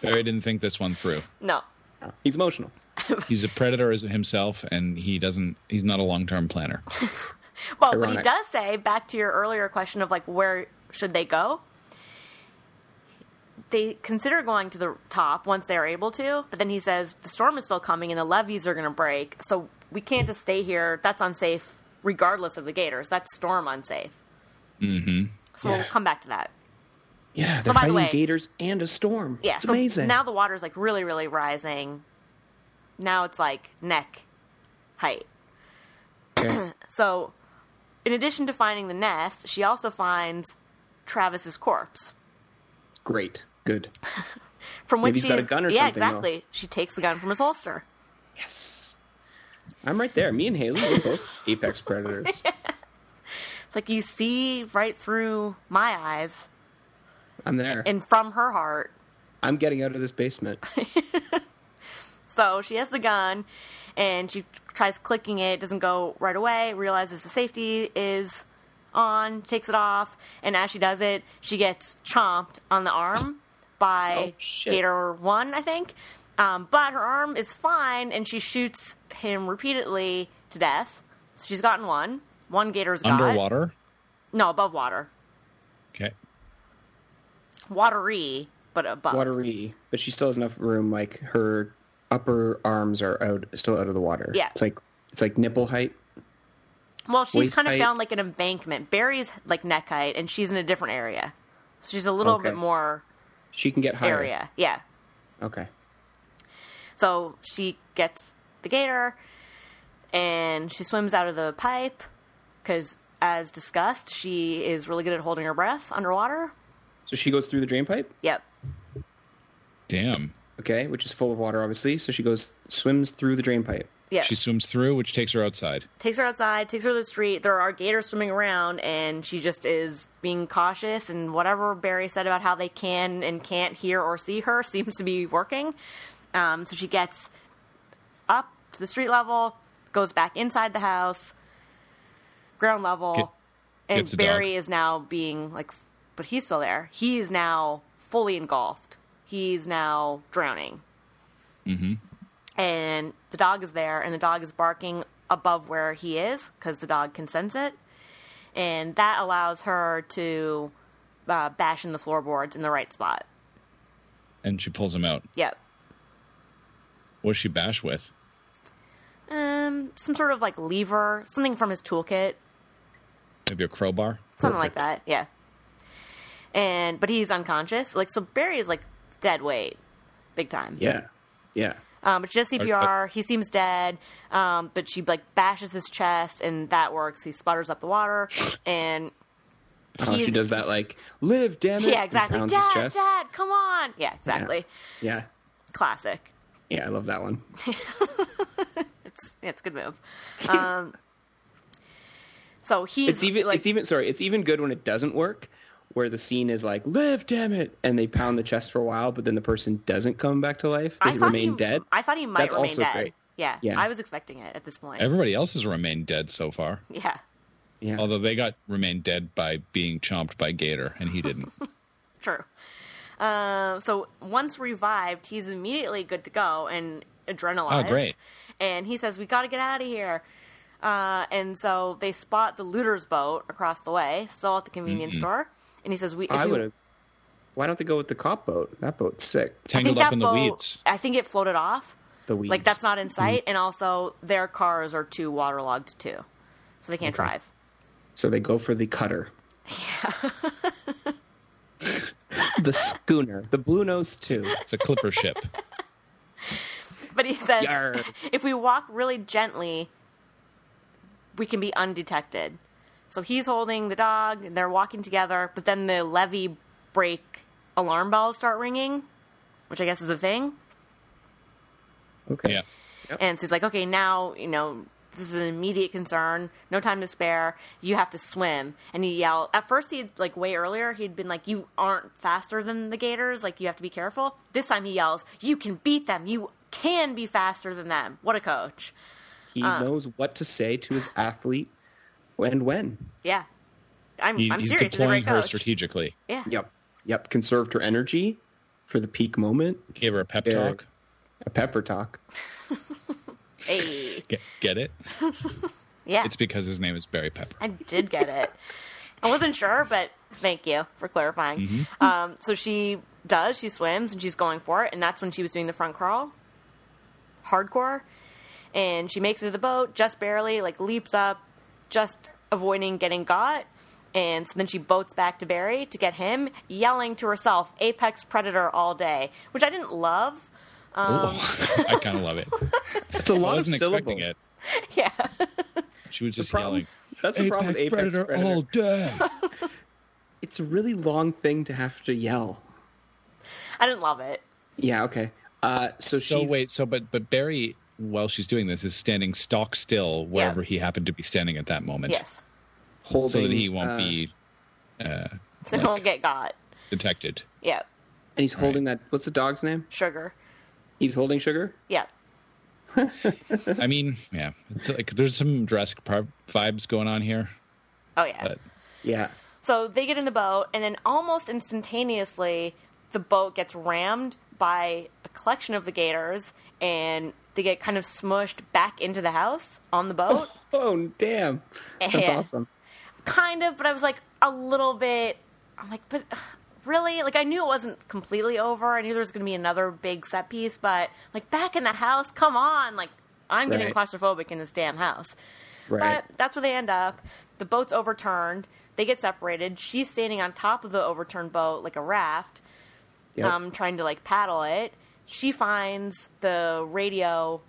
Barry didn't think this one through.
no.
He's emotional.
He's a predator as himself, and he doesn't. He's not a long-term planner.
Well, but he
Ironic.
does say back to your earlier question of like where should they go? They consider going to the top once they are able to, but then he says the storm is still coming and the levees are going to break, so we can't just stay here. That's unsafe, regardless of the gators. That's storm unsafe. Mm-hmm. So we'll
Yeah.
come back to that.
Yeah, they're
by the
fighting
way-
gators and a storm.
Yeah,
it's
so
amazing.
now the water's like really, really rising. Now it's like neck height.
Okay.
So, in addition to finding the nest, she also finds Travis's corpse,
Great, good.
from which
Maybe he's
she
got a
is-
gun or
yeah,
something, though.
exactly. She takes the gun from his holster.
Yes, I'm right there. Me and Haley, we're both apex predators.
It's like you see right through my eyes
I'm there.
and from her heart.
I'm getting out of this basement.
So she has the gun, and she tries clicking it. Doesn't go right away. Realizes the safety is on. Takes it off, and as she does it, she gets chomped on the arm by
Oh, shit.
Gator One, I think. Um, but her arm is fine, and she shoots him repeatedly to death. So she's gotten one. One Gator's got
Underwater.
No, above water.
Okay.
Watery, but above.
Watery, but she still has enough room. Like her upper arms are out, still out of the water.
Yeah.
it's like it's like nipple height.
Well, she's
Waist
kind of
height.
found like an embankment. Barry's like neck height, and she's in a different area. So she's a little
Okay.
bit more
She can get higher.
area. Yeah.
Okay.
So she gets the gator, and she swims out of the pipe because, as discussed, she is really good at holding her breath underwater.
So she goes through the drain pipe.
Yep.
Damn.
Okay, which is full of water, obviously. So she goes swims through the drain pipe.
Yeah.
She swims through, which takes her outside.
takes her outside, takes her to the street. There are gators swimming around, and she just is being cautious. And whatever Barry said about how they can and can't hear or see her seems to be working. Um, so she gets up to the street level, goes back inside the house, ground level,
Get-
and
gets the
Barry is now being like, but he's still there. He is now fully engulfed. He's now drowning
Mm-hmm.
and the dog is there and the dog is barking above where he is because the dog can sense it and that allows her to uh, bash in the floorboards in the right spot
and she pulls him out.
yep
What does she bash with?
um some sort of like lever something from his toolkit
Maybe a crowbar?
something like that yeah and but he's unconscious like so barry is like dead weight big time
Yeah, yeah.
um, but she does CPR. he seems dead, um, but she like bashes his chest, and that works. He sputters up the water, and
Oh, she
Uh, He's-
does that like live, damn it.
Yeah,
and
exactly.
pounds his
Dad,
chest.
dad, come on. Yeah, exactly.
Yeah,
Classic.
yeah. I love that one.
It's it's a good move. Um, so he's
It's even.
like
it's even. Sorry, it's even good when it doesn't work. Where the scene is like live, damn it, and they pound the chest for a while, but then the person doesn't come back to life. They
I thought
remain
he,
dead.
I thought he might
That's
remain
also
dead.
great.
Yeah,
Yeah.
I was expecting it at this point.
Everybody else has remained dead so far.
yeah,
Yeah.
Although they got remained dead by being chomped by Gator, and he didn't.
true. Uh, so once revived, he's immediately good to go and
Oh,
adrenalized.
great.
And he says, "We got to get out of here." Uh, and so they spot the looters' boat across the way, still at the convenience store. And he says, "We." If
I
you-
would have. Why don't they go with the cop boat? That boat's sick.
I think
Tangled up
that
in the
boat-
weeds.
I think it floated off.
The weeds.
Like that's not in sight, and also their cars are too waterlogged too, so they can't drive.
So they go for the cutter. Yeah. the schooner, the blue nose too.
It's a clipper ship.
But he says,
Yarr.
if we walk really gently, we can be undetected. So he's holding the dog, and they're walking together. But then the levee break alarm bells start ringing, which I guess is a thing.
Okay.
Yeah.
And so he's like, okay, now, you know, this is an immediate concern. No time to spare. You have to swim. And he yelled. At first, he had, like, way earlier, he'd been like, you aren't faster than the Gators. Like, you have to be careful. This time he yells, you can beat them. You can be faster than them. What a coach. Uh.
He knows what to say to his athlete and when.
Yeah. I'm,
He,
I'm
he's
serious. He's a
deploying
great
her
coach.
strategically.
yeah.
Yep. Yep. Conserved her energy for the peak moment.
Gave her a pep
Yeah.
talk.
A pepper talk.
Hey.
Get, get it?
Yeah.
It's because his name is Barry Pepper.
I did get it. I wasn't sure, but thank you for clarifying.
Mm-hmm.
Um, so she does. She swims and she's going for it, and that's when she was doing the front crawl, hardcore. And she makes it to the boat just barely, like leaps up, just avoiding getting got. And so then she boats back to Barry to get him, yelling to herself, "Apex Predator" all day, which I didn't love. Um.
oh, I kind of love it.
That's a
I
lot of
wasn't
syllables.
expecting it.
Yeah,
She was
The
just
problem-
yelling.
That's the problem with Apex Predator.
all day.
It's a really long thing to have to yell.
I didn't love it.
Yeah. Okay. Uh, so
so
she's-
wait, so but but Barry, while she's doing this, is standing stock still wherever he happened to be standing at that moment,
Yes,
holding
so that he won't
uh,
be uh,
so don't get got.
detected.
Yeah,
And he's holding that. What's the dog's name?
sugar.
He's holding sugar.
Yeah.
I mean, yeah, it's like there's some Jurassic Park vibes going on here.
Oh yeah.
But
Yeah.
So they get in the boat, and then almost instantaneously, the boat gets rammed by a collection of the gators, and they get kind of smushed back into the house on the boat.
Oh damn! That's
Yeah.
awesome.
kind of, but I was like a little bit. I'm like, but uh, really? Like, I knew it wasn't completely over. I knew there was going to be another big set piece, but like back in the house, come on! Like, I'm getting
Right.
claustrophobic in this damn house.
Right.
But that's where they end up. The boat's overturned. They get separated. She's standing on top of the overturned boat like a raft,
Yep.
um, trying to like paddle it. She finds the radio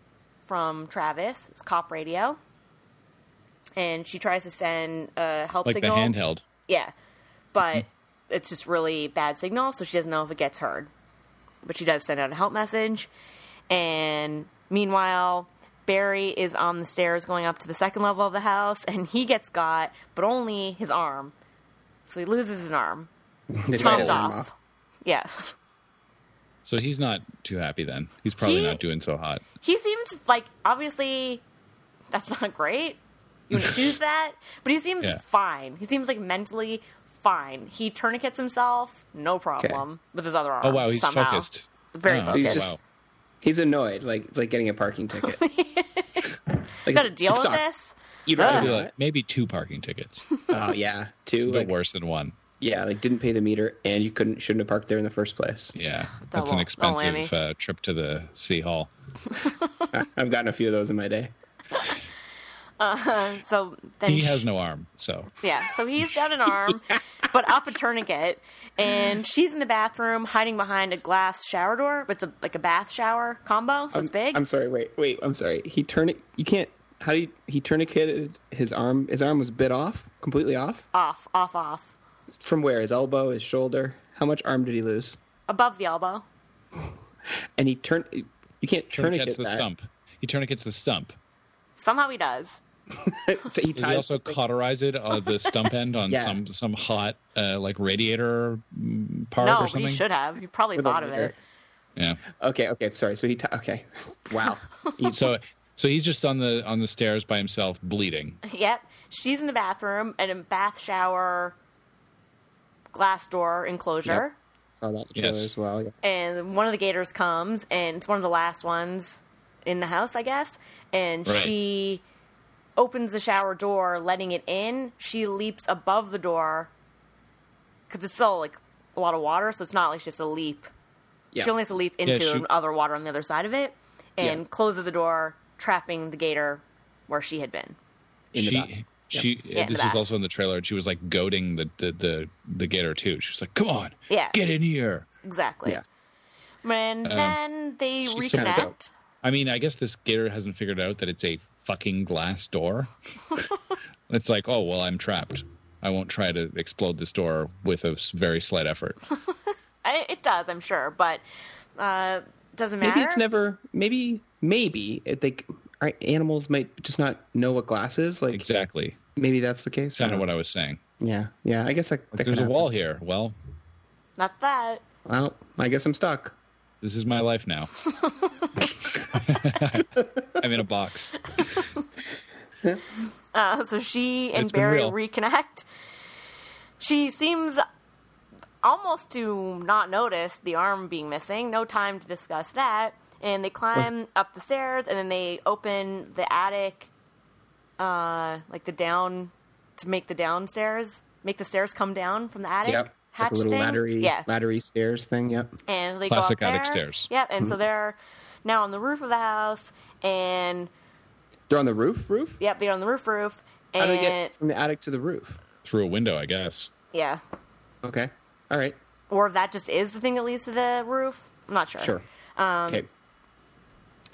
from Travis, it's cop radio, and she tries to send a help
like
signal.
the handheld.
Yeah, but it's just really bad signal, so she doesn't know if it gets heard. But she does send out a help message, and meanwhile, Barry is on the stairs going up to the second level of the house, and he gets got, but only his arm, so he loses his arm.
They cut his
Chopped
arm
off. Yeah,
So he's not too happy then. He's probably
He-
not doing so hot.
he seems like obviously that's not great. You would choose that, but he seems
Yeah.
fine. He seems like mentally fine. He tourniquets himself, no problem, with his other arm.
Oh wow, he's
somehow.
focused.
Very
Oh,
focused.
He's just-
wow.
He's annoyed. Like it's like getting a parking ticket. like,
got to
it
deal with
sucks.
this.
You don't
Ugh.
do
Maybe,
it.
like, maybe two parking tickets.
Oh yeah, two.
It's a
Like,
bit worse than one.
yeah, like didn't pay the meter, and you couldn't shouldn't have parked there in the first place.
Yeah, that's
Double-
an
double
expensive
whammy.
uh, trip to the Sea Hall.
I've gotten a few of those in my day.
Uh, so then
He has no arm, so
Yeah, so he's got an arm, but up a tourniquet, and she's in the bathroom hiding behind a glass shower door. It's a, like a bath shower combo, so it's big.
I'm sorry. Wait, wait. I'm sorry. He turned it. You can't. How do you, he tourniqueted his arm? His arm was bit off, completely off.
off, off, off,
From where? His elbow, his shoulder. How much arm did he lose?
above the elbow.
And he turned. You can't tourniquet
tourniquets the
that.
stump. He tourniquets the sump.
Somehow he does.
he
Does he
ties
also cauterize it on the stump end on
Yeah.
some some hot uh, like radiator mm, part
No,
or
but he
something?
should have. He probably
with a
thought of
leader.
it.
Yeah.
Okay, okay, sorry. So he t- okay. Wow.
So so he's just on the on the stairs by himself, bleeding.
Yep. She's in the bathroom in a bath shower glass door enclosure.
Saw that in the trailer
Yes.
as well. Yeah.
and one of the gators comes and it's one of the last ones in the house i guess and
Right.
she opens the shower door letting it in she leaps above the door because it's still like a lot of water so it's not like just a leap
Yeah.
she only has to leap into
she-
other water on the other side of it and
Yeah.
closes the door trapping the gator where she had been
In the
she
back.
she uh,
Yeah, in
this
the
was
back.
also in the trailer and she was like goading the the the, the getter too. She was like, Come on,
Yeah.
get in here.
exactly
Yeah. Um,
and then they
she's so
reconnect
dope.
I mean, I guess this gator hasn't figured out that it's a fucking glass door. it's like, oh well, I'm trapped. I won't try to explode this door with a s- very slight effort.
I, it does i'm sure but uh doesn't matter
Maybe it's never. Maybe maybe it, they. Our animals might just not know what glass is. Like
Exactly.
maybe that's the case.
Kind of what I was saying.
Yeah, yeah. I guess that, that
There's
could
a
happen.
wall here. Well,
not that
Well, I guess I'm stuck.
this is my life now. I'm in a box.
Uh, so she and
It's been
Barry
real.
reconnect, She seems almost to not notice the arm being missing. No time to discuss that. And they climb up the stairs, and then they open the attic, uh, like the down to make the downstairs, make the stairs come down from the attic.
Yep.
Hatch
like a little
thing.
laddery,
yeah.
laddery stairs thing. Yep.
and they
Classic
go up
attic
there.
stairs. Mm-hmm.
Yep, and so they're now on the roof of the house, and
They're on the roof. Roof.
yep, they're on the roof roof, and
How do they get from the attic to the roof?
through a window, I guess.
yeah,
Okay. All right.
or if that just is the thing that leads to the roof. I'm not sure.
Sure.
Um,
okay.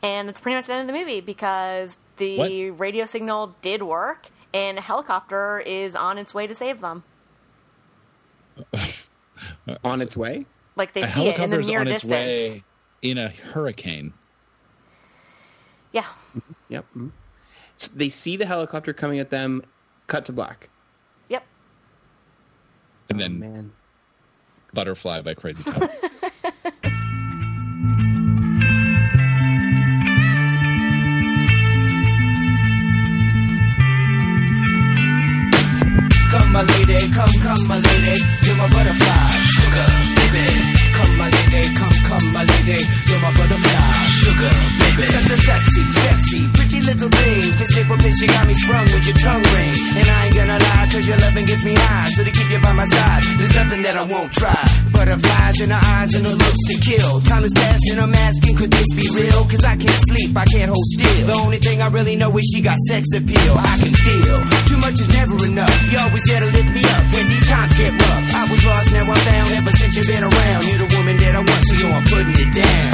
And it's pretty much the end of the movie because the
What?
radio signal did work, and a helicopter is on its way to save them.
On its way.
Like they
A
see it in the
helicopter's
near
on its
distance.
way in a hurricane.
Yeah,
Yep. mhm. So they see the helicopter coming at them. Cut to black.
yep.
And then
Man.
Butterfly by Crazy Town.
Come my lady, come, come my lady, you're my butterfly, sugar, baby. Come my lady, come, come my lady, you're my butterfly, sugar, baby. Such a sexy, sexy, pretty little thing. This April bitch, you got me sprung with your tongue ring. And I ain't gonna lie, cause your loving gets me high. So to keep you by my side, there's nothing that I won't try. Butterflies in her eyes and her looks to kill. Time is passing, I'm asking, could this be real? Cause I can't sleep, I can't hold still. The only thing I really know is she got sex appeal. I can feel too much is never enough. You always there to lift me up when these times get rough. I was lost, now I'm found. Ever since you've been around, you're the woman that I want, so yo, I'm putting it down.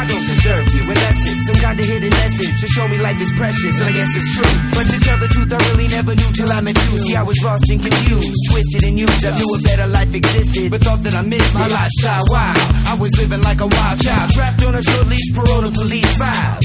I don't deserve you unless it's some kind of hidden message to show me life is precious, and I guess it's true. But to tell the truth, I really never knew till I met you. See, I was lost and confused, twisted and used. I knew a better life existed, but thought that I missed my lifestyle. Wow, I was living like a wild child, trapped on a short leash, paroled on police files.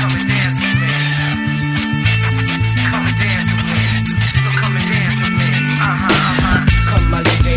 Come and dance with me. Come and dance with me. So come and dance with me. Uh-huh, uh-huh. Come my lady,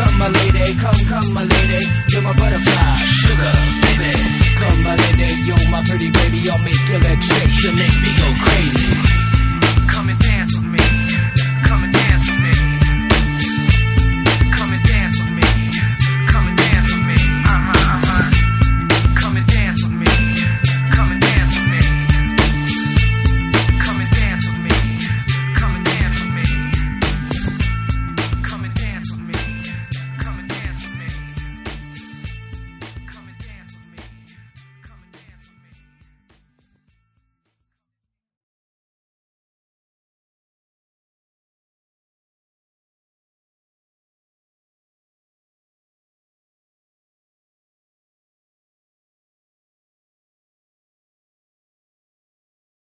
Come my lady, come, come my lady. You're my butterfly, sugar, baby. Come my lady, you're my pretty baby. I'll make your legs shake. You make me Uh-huh,